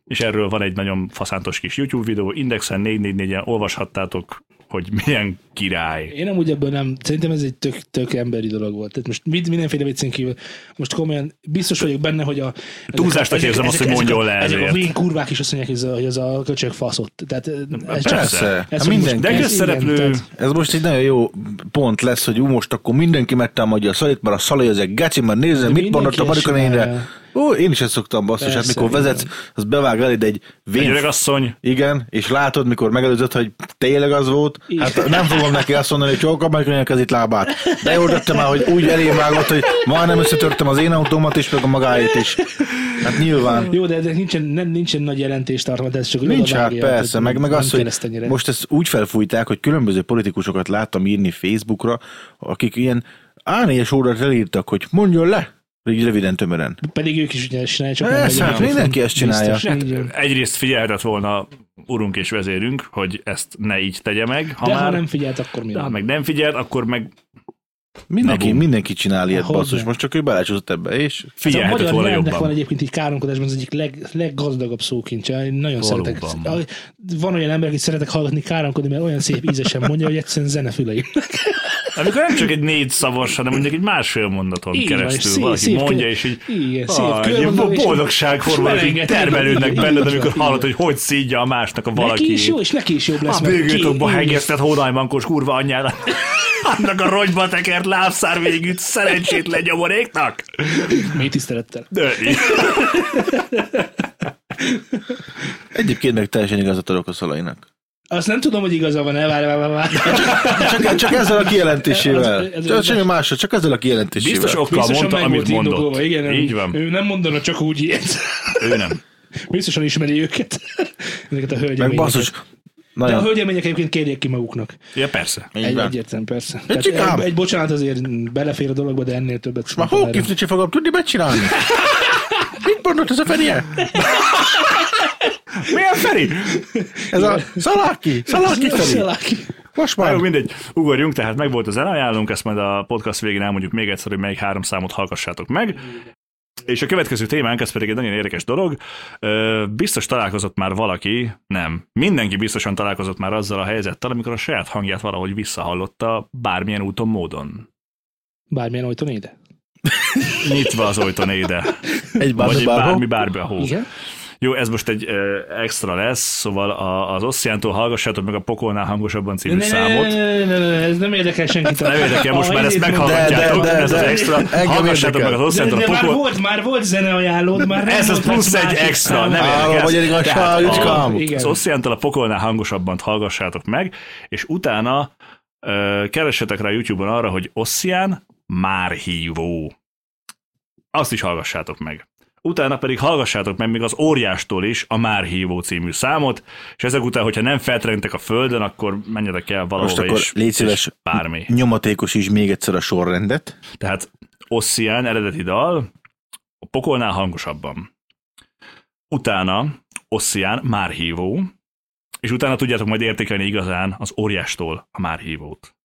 S1: És erről van egy nagyon faszántos kis YouTube videó, Indexen 444-en olvashattátok, hogy milyen király.
S2: Én amúgy ebből nem, szerintem ez egy tök, tök emberi dolog volt. Tehát most mit, mindenféle viccen kívül, most komolyan biztos vagyok benne, hogy a...
S1: Túlzásnak érzem azt, hogy mondjon le
S2: ezek, ezek a
S1: ezért.
S2: vén kurvák is azt mondják, hogy ez a, hogy ez a köcsög faszott. Tehát eh, ez
S1: persze.
S4: Persze.
S2: ez
S4: Hát
S2: most-
S4: mindenki.
S1: De
S2: ez-
S1: közszereplő-
S2: igen, tehát-
S4: Ez most egy nagyon jó pont lesz, hogy ú, most akkor mindenki megtámadja a szalit, mert a szalai az egy geci, mert nézze, mit
S2: mindenki
S4: mondott a
S2: ezt
S4: Marika
S2: csinálja.
S4: nénre. Ó, én is ezt szoktam basszus, hát
S2: Persze,
S4: mikor vezetsz, az bevág eléd egy
S1: Egy
S4: vén.
S1: öregasszony,
S4: Igen, és látod, mikor megelőzött, hogy tényleg az volt,
S2: Igen.
S4: hát nem fogom neki azt mondani, hogy csóka meg a kezét lábát. De jól tettem el, hogy úgy elém vágott, hogy majdnem összetörtem az én autómat is, meg a magáét is. Hát nyilván.
S2: Jó, de ezek nincsen, nem, nincsen nagy jelentéstartalma, de ez csak
S4: Nincs hát
S2: odavágja,
S4: persze,
S2: tehát
S4: meg, meg
S2: nem
S4: az,
S2: kell
S4: hogy
S2: ezt ennyire.
S4: most ezt úgy felfújták, hogy különböző politikusokat láttam írni Facebookra, akik ilyen A4-es órát elírtak, hogy mondjon le, így röviden, tömören.
S2: Pedig ők is ugye csinálják, csak
S4: Persze,
S2: hagyják
S4: hát mindenki
S2: otthon.
S4: ezt csinálja.
S2: Biztos,
S1: Hát,
S2: így van.
S1: egyrészt figyelhetett volna urunk és vezérünk, hogy ezt ne így tegye meg, ha
S2: De
S1: már
S2: ha nem figyelt, akkor mi
S1: de ha
S2: van?
S1: meg nem figyelt, akkor meg
S4: Mindenki,
S1: bum.
S4: mindenki csinál ilyet,
S2: Hogyne.
S4: basszus, most csak ő belecsúszott ebbe, és
S2: Ez Hát a
S1: figyelhetett
S2: Szóval magyar
S1: volna
S2: nyelvnek van
S1: jobban.
S2: egyébként így káromkodásban az egyik leg, leggazdagabb szókincse. Én nagyon
S1: Valóban.
S2: szeretek. a- Van olyan ember, akit szeretek hallgatni káromkodni, mert olyan szép ízesen mondja, hogy egyszerűen zenefüleim.
S1: Amikor nem csak egy négy szavas, hanem mondjuk egy másfél mondaton
S2: Így van,
S1: keresztül
S2: szép-
S1: valaki
S2: szép-
S1: mondja, és így
S2: Igen, szép
S1: Ah, egy ilyen
S2: körmondó, és-
S1: boldogság
S2: és
S1: formában így
S2: melenged,
S1: termelődnek
S2: így van,
S1: benned,
S2: így
S1: amikor
S2: van,
S1: hallod,
S2: így
S1: hogy hogy szídja a másnak a valaki. Ah,
S2: Neki is jó, és neki is jobb lesz.
S1: a
S2: mert
S1: bőgőtokba
S2: ki-
S1: hegesztett hónajmankos kurva anyjára. Annak a rogyba tekert lábszár végűt szerencsét legyomoréknak.
S2: Mély tisztelettel.
S1: De,
S4: egyébként meg teljesen igazat adok a szalainak.
S2: Azt nem tudom, hogy igaza van-e, várj, várj, várj, várj.
S4: Csak, csak ezzel a
S2: Ez-
S4: kijelentésével.
S2: ez-
S4: Csak semmi másra, csak ezzel a kijelentésével.
S1: Biztos okkal
S2: Biztosan
S1: mondta,
S2: meg
S1: amit
S2: volt
S1: mondott.
S2: indokolva, igen.
S1: Így van.
S2: Ő nem mondana csak úgy ilyet.
S1: Ő nem.
S2: Biztosan ismeri őket. Ezeket a
S4: Meg
S2: hölgyeményeket.
S4: basszus,
S2: De a
S4: nagyon,
S2: hölgyemények egyébként kérjék ki maguknak.
S1: Ja, persze.
S4: így
S2: Egy,
S4: van.
S2: egyértelmű, persze. Tehát
S4: csikám!
S2: egy, egy, bocsánat azért belefér a dologba, de ennél többet
S4: Már
S2: szerintem erre.
S4: hókiflicsi fogom tudni megcsinálni. Mit mondott ez a fenje?
S1: Milyen Feri?
S4: Ez a szaláki, szaláki felé.
S2: Szaláki.
S4: Most
S1: Na
S4: már.
S1: jó, mindegy, ugorjunk, tehát meg volt az elajánlónk, ezt majd a podcast végén elmondjuk még egyszer, hogy melyik három számot hallgassátok meg. És a következő témánk, ez pedig egy nagyon érdekes dolog. Ö, Biztos találkozott már valaki, nem, mindenki biztosan találkozott már azzal a helyzettel, amikor a saját hangját valahogy visszahallotta bármilyen úton, módon.
S2: Bármilyen ajtón ide.
S1: Nyitva az ajtón ide.
S4: Egy
S1: Vagy
S4: bármi
S1: bármi, bármi, ahol.
S2: Igen?
S1: Jó, ez most egy ö, extra lesz, szóval a, az Ossziántól hallgassátok meg a Pokolnál hangosabban című
S2: Ne, ne,
S1: számot.
S2: ne, ne, ne, ne, ez nem érdekel senkit.
S1: Nem érdekel, most
S2: A
S1: már ezt
S2: izét
S1: meghallgatjátok,
S4: De, de, de,
S1: ez az
S4: de.
S1: extra.
S4: Engem
S1: Hallgassátok
S4: érdekel.
S1: meg az
S2: De,
S1: Ossziántól
S2: de
S1: a
S2: már,
S1: Pokol...
S2: volt, már volt zeneajánlód, már nem
S1: Ez az
S2: volt
S1: plusz
S2: másik
S1: egy extra,
S2: számod.
S1: nem
S4: Állom,
S1: érdekel.
S4: vagy egy igazság,
S1: Tehát a-
S4: ügyskám.
S2: Igen.
S1: Az Ossziántól a Pokolnál hangosabbant hallgassátok meg, és utána ö, keressetek rá YouTube-on arra, hogy Osszián már hívó. Azt is hallgassátok meg. Utána pedig hallgassátok meg még az óriástól is a Már Hívó című számot, és ezek után, hogyha nem feltrentek a földön, akkor menjetek el valahova
S4: Most akkor
S1: és,
S4: légy szíves,
S1: és bármi.
S4: Nyomatékos is még egyszer a sorrendet.
S1: Tehát Ossian eredeti dal, a pokolnál hangosabban. Utána Ossian már hívó, és utána tudjátok majd értékelni igazán az óriástól a már hívót.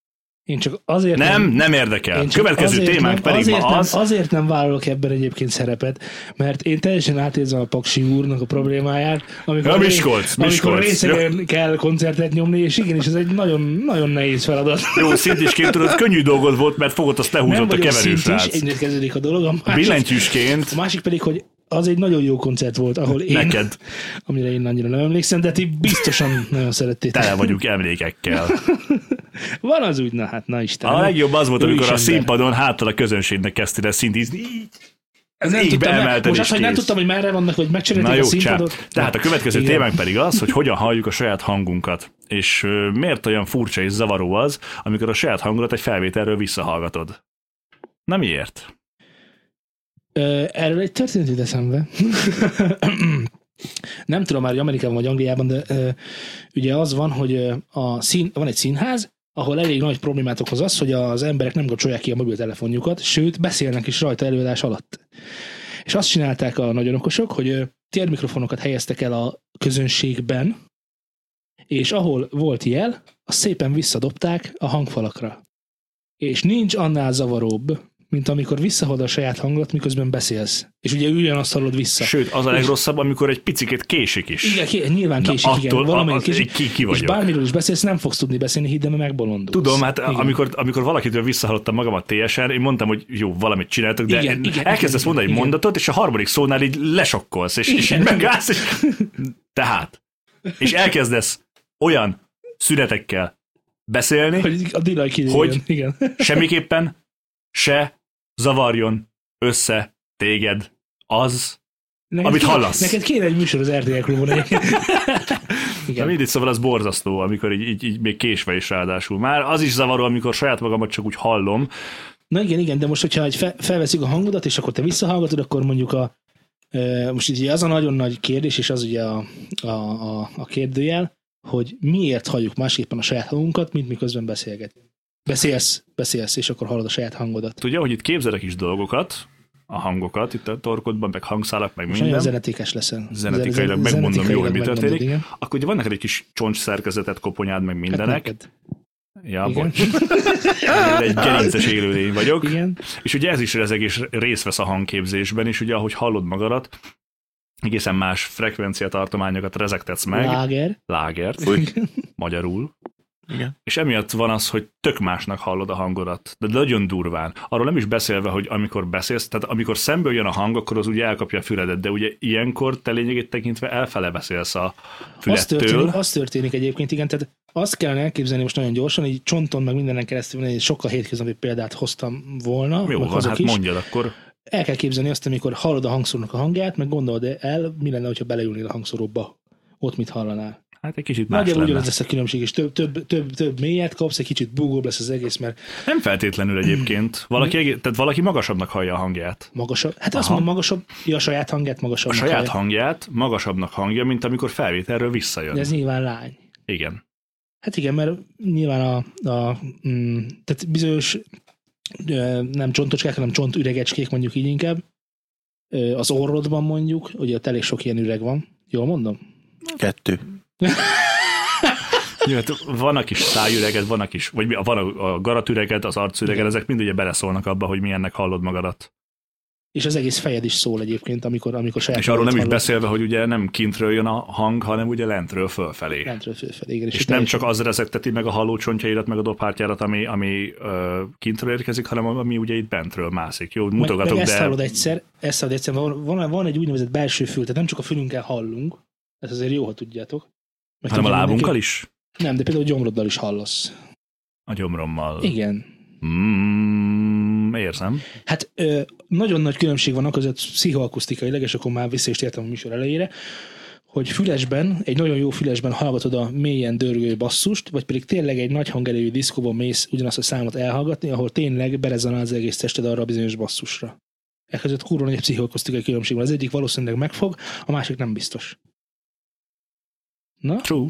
S2: Én csak azért
S1: Nem, nem érdekel.
S2: Én csak
S1: Következő
S2: azért
S1: témánk
S2: nem,
S1: pedig
S2: azért
S1: ma az,
S2: Nem, azért nem vállalok ebben egyébként szerepet, mert én teljesen átérzem a Paksi úrnak a problémáját, amikor,
S1: Ja,
S2: ré-
S1: Miskolc,
S2: amikor
S1: Miskolc.
S2: részegen kell koncertet nyomni, és igenis, ez egy nagyon, nagyon nehéz feladat.
S1: jó szintésként tudod, könnyű dolgod volt, mert fogod, azt lehúzott a
S2: vagyok
S1: keverős
S2: szintis,
S1: rác.
S2: egyrészt kezdődik a dolog, a másik,
S1: Billentyűsként
S2: a másik pedig, hogy az egy nagyon jó koncert volt, ahol én,
S1: Neked.
S2: amire én annyira nem emlékszem, de ti biztosan nagyon szerettétek.
S1: tele vagyunk emlékekkel.
S2: Van az úgy, na hát, na Isten.
S1: A legjobb az volt,
S2: Ő
S1: amikor
S2: is
S1: a
S2: ember.
S1: színpadon háttal a közönségnek kezdtél el szintizni, így
S2: Ez nem
S1: Égbe
S2: tudtam,
S1: emelted
S2: most
S1: és
S2: azt, hogy nem
S1: kész.
S2: tudtam, hogy merre vannak, hogy
S1: Na
S2: megcserélték a
S1: jó, csá.
S2: színpadot.
S1: Tehát a következő
S2: Igen.
S1: témánk pedig az, hogy hogyan halljuk a saját hangunkat. És ö, miért olyan furcsa és zavaró az, amikor a saját hangodat egy felvételről visszahallgatod? Na miért?
S2: Ö, Erről egy történet jut eszembe. Nem tudom már, hogy Amerikában vagy Angliában, de ö, ugye az van, hogy ö, a szín, van egy színház, ahol elég nagy problémát okoz az, hogy az emberek nem kapcsolják ki a mobiltelefonjukat, sőt, beszélnek is rajta előadás alatt. És azt csinálták a nagyon okosok, hogy ö, térmikrofonokat helyeztek el a közönségben, és ahol volt jel, azt szépen visszadobták a hangfalakra. És nincs annál zavaróbb, mint amikor visszahod a saját hangot, miközben beszélsz. És ugye ugyanazt hallod vissza.
S1: Sőt, az a legrosszabb, amikor egy picikét késik is.
S2: Igen, ké, nyilván
S1: Na,
S2: késik, igen,
S1: attól
S2: valamelyik
S1: az- az-
S2: késik.
S1: ki- ki
S2: és
S1: vagyok.
S2: bármiről is beszélsz, nem fogsz tudni beszélni, hidd el, mert megbolondulsz.
S1: Tudom, hát
S2: igen.
S1: amikor, amikor valakitől visszahallottam magam a TSR, én mondtam, hogy jó, valamit csináltok, de
S2: Igen,
S1: igen,
S2: igen,
S1: igen, elkezdesz
S2: igen,
S1: mondani egy
S2: igen.
S1: mondatot, és a harmadik szónál így lesokkolsz, és, és
S2: Igen.
S1: így megállsz, és tehát. És elkezdesz olyan szünetekkel beszélni,
S2: Hogy a dilaj kiderüljön.
S1: Hogy?
S2: Igen.
S1: semmiképpen se zavarjon össze téged az.
S2: Neked
S1: Amit
S2: kéne-
S1: hallasz.
S2: Neked kéne egy műsor az RTL klubon egyébként.
S1: Na
S2: Igen.
S1: mindig szóval az borzasztó, amikor így, így, így még késve is ráadásul. Már az is zavaró, amikor saját magamat csak úgy hallom.
S2: Na igen, igen, de most, hogyha egy fe, felveszik a hangodat, és akkor te visszahallgatod, akkor mondjuk a ö, most így az a nagyon nagy kérdés, és az ugye a, a, a, a kérdőjel, hogy miért halljuk másképpen a saját hangunkat, mint miközben beszélgetünk. Beszélsz, beszélsz, és akkor hallod a saját hangodat.
S1: Tudja, hogy itt képzelek is dolgokat, a hangokat itt a torkodban, meg hangszálak, meg
S2: És nagyon
S1: minden.
S2: zenetékes leszel.
S1: Zenetikailag
S2: Zen-
S1: megmondom jól, hogy mi
S2: megmondod,
S1: történik.
S2: igen.
S1: Akkor ugye van neked egy kis csontsszerkezetet, koponyád, meg
S2: Hát
S1: mindenek.
S2: neked.
S1: Ja,
S2: Igen.
S1: bocs. Egy gerinces élőlény vagyok.
S2: igen.
S1: És ugye ez is rezeg és részt vesz a hangképzésben, és ugye ahogy hallod magadat, egészen más frekvenciatartományokat rezegtetsz meg, Lá-
S2: Láger.
S1: lágert,
S4: Fúj.
S1: magyarul,
S4: Igen.
S1: és emiatt van az, hogy tök másnak hallod a hangodat, de nagyon durván. Arról nem is beszélve, hogy amikor beszélsz, tehát amikor szemből jön a hang, akkor az ugye elkapja a füledet, de ugye ilyenkor te lényegét tekintve elfele beszélsz a
S2: Az történik,
S1: fülettől.
S2: az történik egyébként, igen, tehát azt kellene elképzelni most nagyon gyorsan, így csonton meg mindenen keresztül, egy sokkal hétköznapi példát hoztam volna,
S1: Jó
S2: meg
S1: van,
S2: hozok
S1: hát
S2: is.
S1: mondjad akkor.
S2: El kell képzelni azt, amikor hallod a hangszórónak a hangját, meg gondolod el, mi lenne, ha beleülnél a hangszóróba ott mit hallanál.
S1: Hát egy kicsit más
S2: Nagyjából
S1: lenne.
S2: ugyanaz lesz a különbség, és több, több, több, több mélyet kapsz, egy kicsit búgóbb lesz az egész, mert
S1: Nem feltétlenül egyébként. Valaki, egé- tehát valaki magasabbnak hallja a hangját.
S2: magasabb. Hát azt
S1: Aha.
S2: mondom, magasabb, ja, a saját hangját magasabb.
S1: a saját hangját magasabbnak hangja, mint amikor felvételről visszajön.
S2: De ez nyilván lány.
S1: Igen.
S2: Hát igen, mert nyilván a, a mm, tehát bizonyos ö, nem csontocskák, hanem csontüregecskék mondjuk így inkább, Ö, az orrodban mondjuk, ugye ott elég sok ilyen üreg van, jól mondom?
S4: Kettő.
S1: Jó, hát van a kis szájüreged, van a kis, vagy mi- van a, a garatüreged, az arcüreged, ezek mind ugye beleszólnak abba, hogy milyennek hallod magadat.
S2: és az egész fejed is szól egyébként, amikor, amikor saját
S1: És arról nem is
S2: hangot
S1: beszélve, hogy ugye nem kintről jön a hang, hanem ugye lentről fölfelé.
S2: hallod. Lentről fölfelé, igen,
S1: És
S2: itt
S1: nem
S2: teljesen-
S1: csak az rezegteti meg a hallócsontjaidat, meg a dobhártyádat, ami, ami ö, kintről érkezik, hanem ami ugye itt bentről mászik. Jó,
S2: meg,
S1: mutogatok,
S2: meg ezt
S1: de...
S2: hallod egyszer, ezt hallod egyszer, van, van, van egy úgynevezett belső fül, tehát nem csak a fülünkkel hallunk, ez azért jó, ha tudjátok. Mert
S1: Hanem a
S2: ugye
S1: lábunkkal
S2: mindenki-
S1: is?
S2: Nem, de például a gyomroddal is hallasz.
S1: A gyomrommal.
S2: Igen.
S1: Mm, érzem.
S2: Hát ö, nagyon nagy különbség van a között pszichoakusztikailag, és akkor már vissza is tértem a műsor elejére, hogy fülesben, egy nagyon jó fülesben hallgatod a mélyen dörgő basszust, vagy pedig tényleg egy nagy hangerejű diszkóban mész ugyanazt a számot elhallgatni, ahol tényleg berezonál az egész tested arra a bizonyos basszusra. E között kurva nagy pszichoakusztikai különbség van. Az egyik valószínűleg megfog, a másik nem biztos. Na,
S1: True.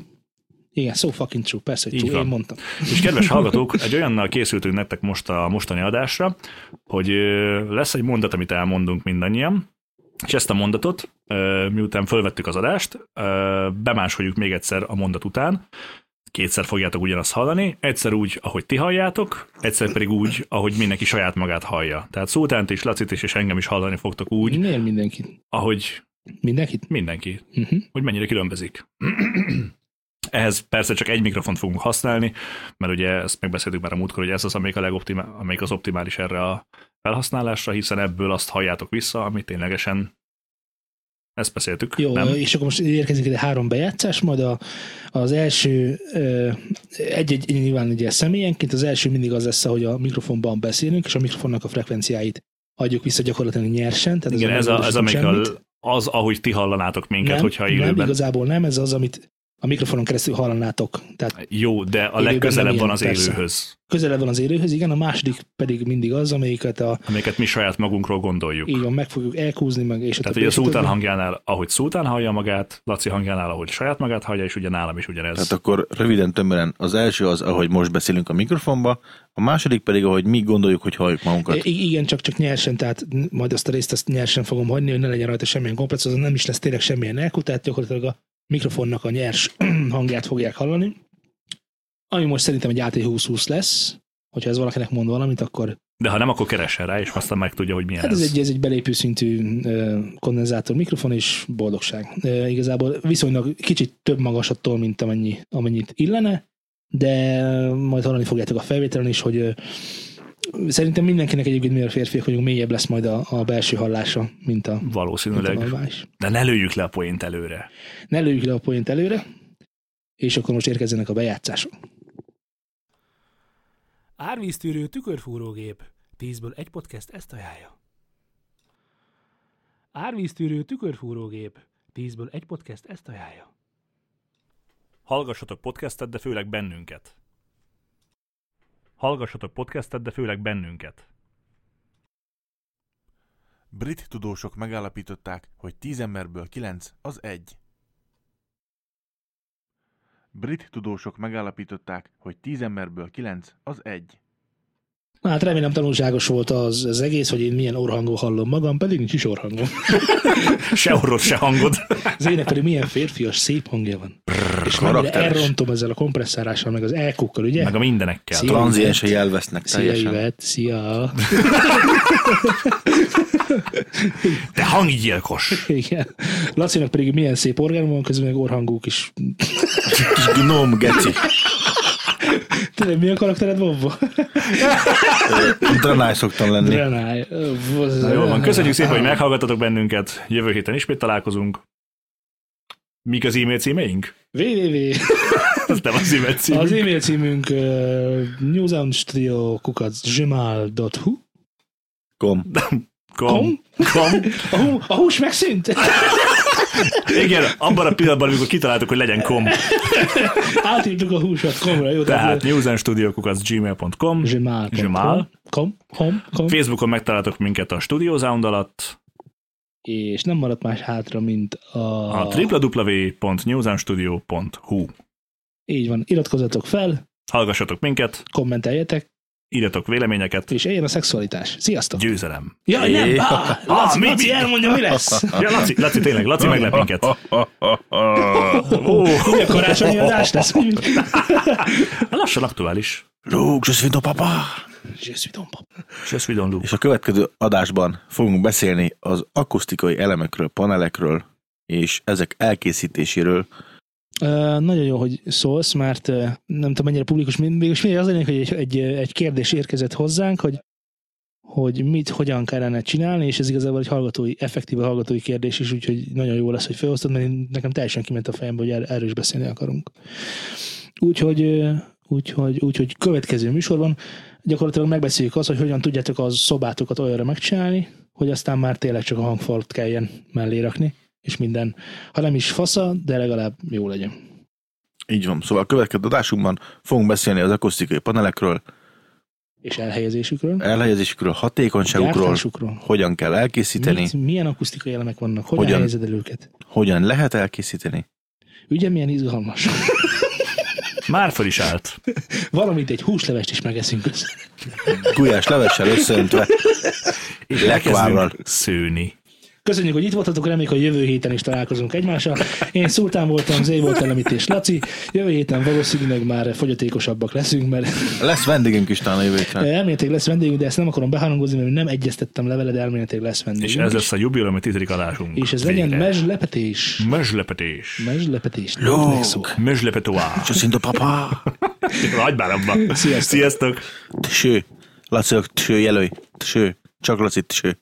S2: igen, so fucking true, persze, hogy
S1: Így
S2: true,
S1: van.
S2: én mondtam.
S1: És kedves hallgatók, egy olyannal készültünk nektek most a mostani adásra, hogy ö, lesz egy mondat, amit elmondunk mindannyian, és ezt a mondatot, ö, miután fölvettük az adást, ö, bemásoljuk még egyszer a mondat után, kétszer fogjátok ugyanazt hallani, egyszer úgy, ahogy ti halljátok, egyszer pedig úgy, ahogy mindenki saját magát hallja. Tehát Szultánt is, Lacit is, és engem is hallani fogtok úgy,
S2: Miért mindenkit?
S1: ahogy
S2: Mindenkit?
S1: mindenki,
S2: Uh-huh.
S1: hogy mennyire különbözik. Ehhez persze csak egy mikrofont fogunk használni, mert ugye ezt megbeszéltük már a múltkor, hogy ez az, amelyik, a legoptimál, amelyik az optimális erre a felhasználásra, hiszen ebből azt halljátok vissza, amit ténylegesen ezt beszéltük,
S2: Jó,
S1: nem?
S2: és akkor most érkezik ide három bejátszás, majd a, az első, ö, egy-egy nyilván ugye személyenként, az első mindig az lesz, hogy a mikrofonban beszélünk, és a mikrofonnak a frekvenciáit adjuk vissza gyakorlatilag nyersen. Tehát
S1: Igen,
S2: nem
S1: ez, a, ez
S2: módosítunk
S1: amelyik
S2: semmit.
S1: a, az, ahogy ti hallanátok minket,
S2: nem,
S1: hogyha
S2: Nem,
S1: élőben.
S2: igazából nem, ez az, amit a mikrofonon keresztül hallanátok. Tehát
S1: Jó, de a
S2: nem
S1: legközelebb van
S2: ilyen,
S1: az
S2: persze.
S1: élőhöz,
S2: közelebb van az élőhöz, igen, a második pedig mindig az, amelyiket a,
S1: amiket mi saját magunkról gondoljuk.
S2: így van, meg fogjuk elkúzni, meg és a
S1: Tehát ugye
S2: többi,
S1: a
S2: és a többi.
S1: Szultán hangjánál, ahogy Szultán hallja magát, Laci hangjánál, ahogy saját magát hallja, és ugye nálam is ugyanez.
S4: Tehát akkor röviden tömören az első az, ahogy most beszélünk a mikrofonba, a második pedig, ahogy mi gondoljuk, hogy halljuk magunkat.
S2: I- igen, csak, csak nyersen, tehát n- majd azt a részt azt nyersen fogom hagyni, hogy ne legyen rajta semmilyen komplex, azon nem is lesz tényleg semmilyen elkú, tehát gyakorlatilag a mikrofonnak a nyers hangját fogják hallani. Ami most szerintem egy AT2020 lesz, hogyha ez valakinek mond valamit, akkor
S1: De ha nem, akkor keressen rá, és aztán megtudja, hogy milyen
S2: hát ez egy, ez egy belépő szintű ö, kondenzátor mikrofon, és boldogság. Ö, Igazából viszonylag kicsit több magasattól, mint amennyi, amennyit illene, de majd hallani fogjátok a felvételen is, hogy ö, szerintem mindenkinek egyébként, mivel férfiak vagyunk, mélyebb lesz majd a, a belső hallása, mint a, mint a
S1: Valószínűleg.
S2: normális.
S1: De ne lőjük le a poént előre.
S2: Ne lőjük le a point előre, és akkor most érkezzenek a bejátszások.
S5: Árvíztűrő tükörfúrógép. Tízből egy podcast ezt ajánlja. Árvíztűrő tükörfúrógép. Tízből egy podcast ezt ajánlja.
S1: Hallgassatok podcastet, de főleg bennünket. Hallgassatok podcastet, de főleg bennünket.
S6: Brit tudósok megállapították, hogy 10 emberből 9 az egy. Brit tudósok megállapították, hogy 10 emberből 9 az egy.
S2: Na, Hát remélem tanulságos volt az, az egész, hogy én milyen orhangon hallom magam, pedig nincs is orhangom.
S1: Se orrod, se hangod.
S2: Az ének pedig milyen férfias, szép hangja van. És mennyire
S4: karakteres.
S2: elrontom ezzel a kompresszárással, meg az elkukkal, ugye?
S1: Meg a mindenekkel.
S2: Szia.
S4: Tranziensei elvesznek
S2: Szia,
S4: teljesen.
S2: Ivet, szia!
S1: Te hanggyilkos.
S2: Igen. Lacinak pedig milyen szép orgánum van, közben meg orhangú is.
S4: Kis gnóm, geci.
S2: Tényleg mi a karaktered, Bobba?
S4: Dranáj szoktam lenni.
S2: Renály.
S1: Na, jól van, köszönjük szépen, hogy meghallgattatok bennünket. Jövő héten ismét találkozunk. Mik az e-mail címeink?
S2: www.
S1: Ez nem az e-mail címünk.
S2: Az e- e-mail címünk uh, newsoundstrio.gmail.hu
S4: Kom.
S1: Kom. Kom.
S2: a, hú, a hús megszűnt!
S1: Igen, abban a pillanatban, amikor kitaláltuk, hogy legyen kom.
S2: Átírtuk a húsat komra, jó?
S1: Tehát newsandstudiokukacgmail.com
S2: Zsimál.
S1: Zsimál.
S2: Kom, kom, kom.
S1: Facebookon megtaláltok minket a Studio Sound alatt,
S2: És nem maradt más hátra, mint a...
S1: a www.newsoundstudio.hu.
S2: Így van, iratkozzatok fel,
S1: Hallgassatok minket,
S2: kommenteljetek,
S1: írjatok véleményeket,
S2: és éljen a szexualitás. Sziasztok!
S1: győzelem.
S2: ja, nem! Ah, Laci,
S1: mi-
S2: Laci,
S1: mi?
S2: elmondja, mi lesz!
S1: Ja, Laci, Laci tényleg, Laci meglep minket.
S2: Ugye karácsonyi adás lesz?
S1: Lassan aktuális.
S4: Rúg, je suis ton papa.
S2: Je suis ton papa.
S1: Just we don't do.
S4: És a következő adásban fogunk beszélni az akusztikai elemekről, panelekről, és ezek elkészítéséről.
S2: Ö, nagyon jó, hogy szólsz, mert ö, nem tudom, mennyire publikus, mind- mégis mindegy az lényeg, hogy egy, egy, egy kérdés érkezett hozzánk, hogy hogy mit, hogyan kellene csinálni, és ez igazából egy hallgatói, effektíve hallgatói kérdés is, úgyhogy nagyon jó lesz, hogy felhoztad, mert én- nekem teljesen kiment a fejembe, hogy er- erről is beszélni akarunk. Úgyhogy, ö, úgyhogy, úgyhogy következő műsorban gyakorlatilag megbeszéljük azt, hogy hogyan tudjátok a szobátokat olyanra megcsinálni, hogy aztán már tényleg csak a hangfalt kelljen mellé rakni, és minden, ha nem is fasza, de legalább jó legyen.
S4: Így van. Szóval a következő adásunkban fogunk beszélni az akusztikai panelekről,
S2: és elhelyezésükről,
S4: elhelyezésükről, hatékonyságukról,
S2: gyártásukról.
S4: hogyan kell elkészíteni,
S2: Mit, milyen akusztikai elemek vannak, hogyan,
S4: Hogyan?
S2: hogyan helyezed el őket?
S4: hogyan lehet elkészíteni.
S2: Ugye milyen izgalmas.
S1: Már fel is állt.
S2: Valamint egy húslevest is megeszünk össze.
S4: Gulyás levessel összeöntve,
S1: És
S4: lekvárral.
S1: elkezdünk szőni.
S2: Köszönjük, hogy itt voltatok, reméljük, hogy jövő héten is találkozunk egymással. Én Szultán voltam, Zé volt elemítés Laci. Jövő héten valószínűleg már fogyatékosabbak leszünk, mert
S1: Hát.
S4: Lesz vendégünk is talán a jövő héten.
S2: elméletileg lesz vendégünk, de ezt nem akarom behárangozni, mert nem egyeztettem levele, de elméletileg lesz vendégünk.
S1: És ez lesz a jubileumi tizedik adásunk.
S2: és ez legyen
S1: Végre.
S2: mezslepetés.
S1: Mezslepetés.
S2: Mezslepetés.
S4: Lóg.
S2: Megszó.
S1: Mezslepetoá.
S4: Csacinta papa!
S1: Hagyd már abba.
S2: Sziasztok.
S1: Sziasztok.
S4: Tső! Laci, tső, jelölj! Tső! Csak Laci, tső!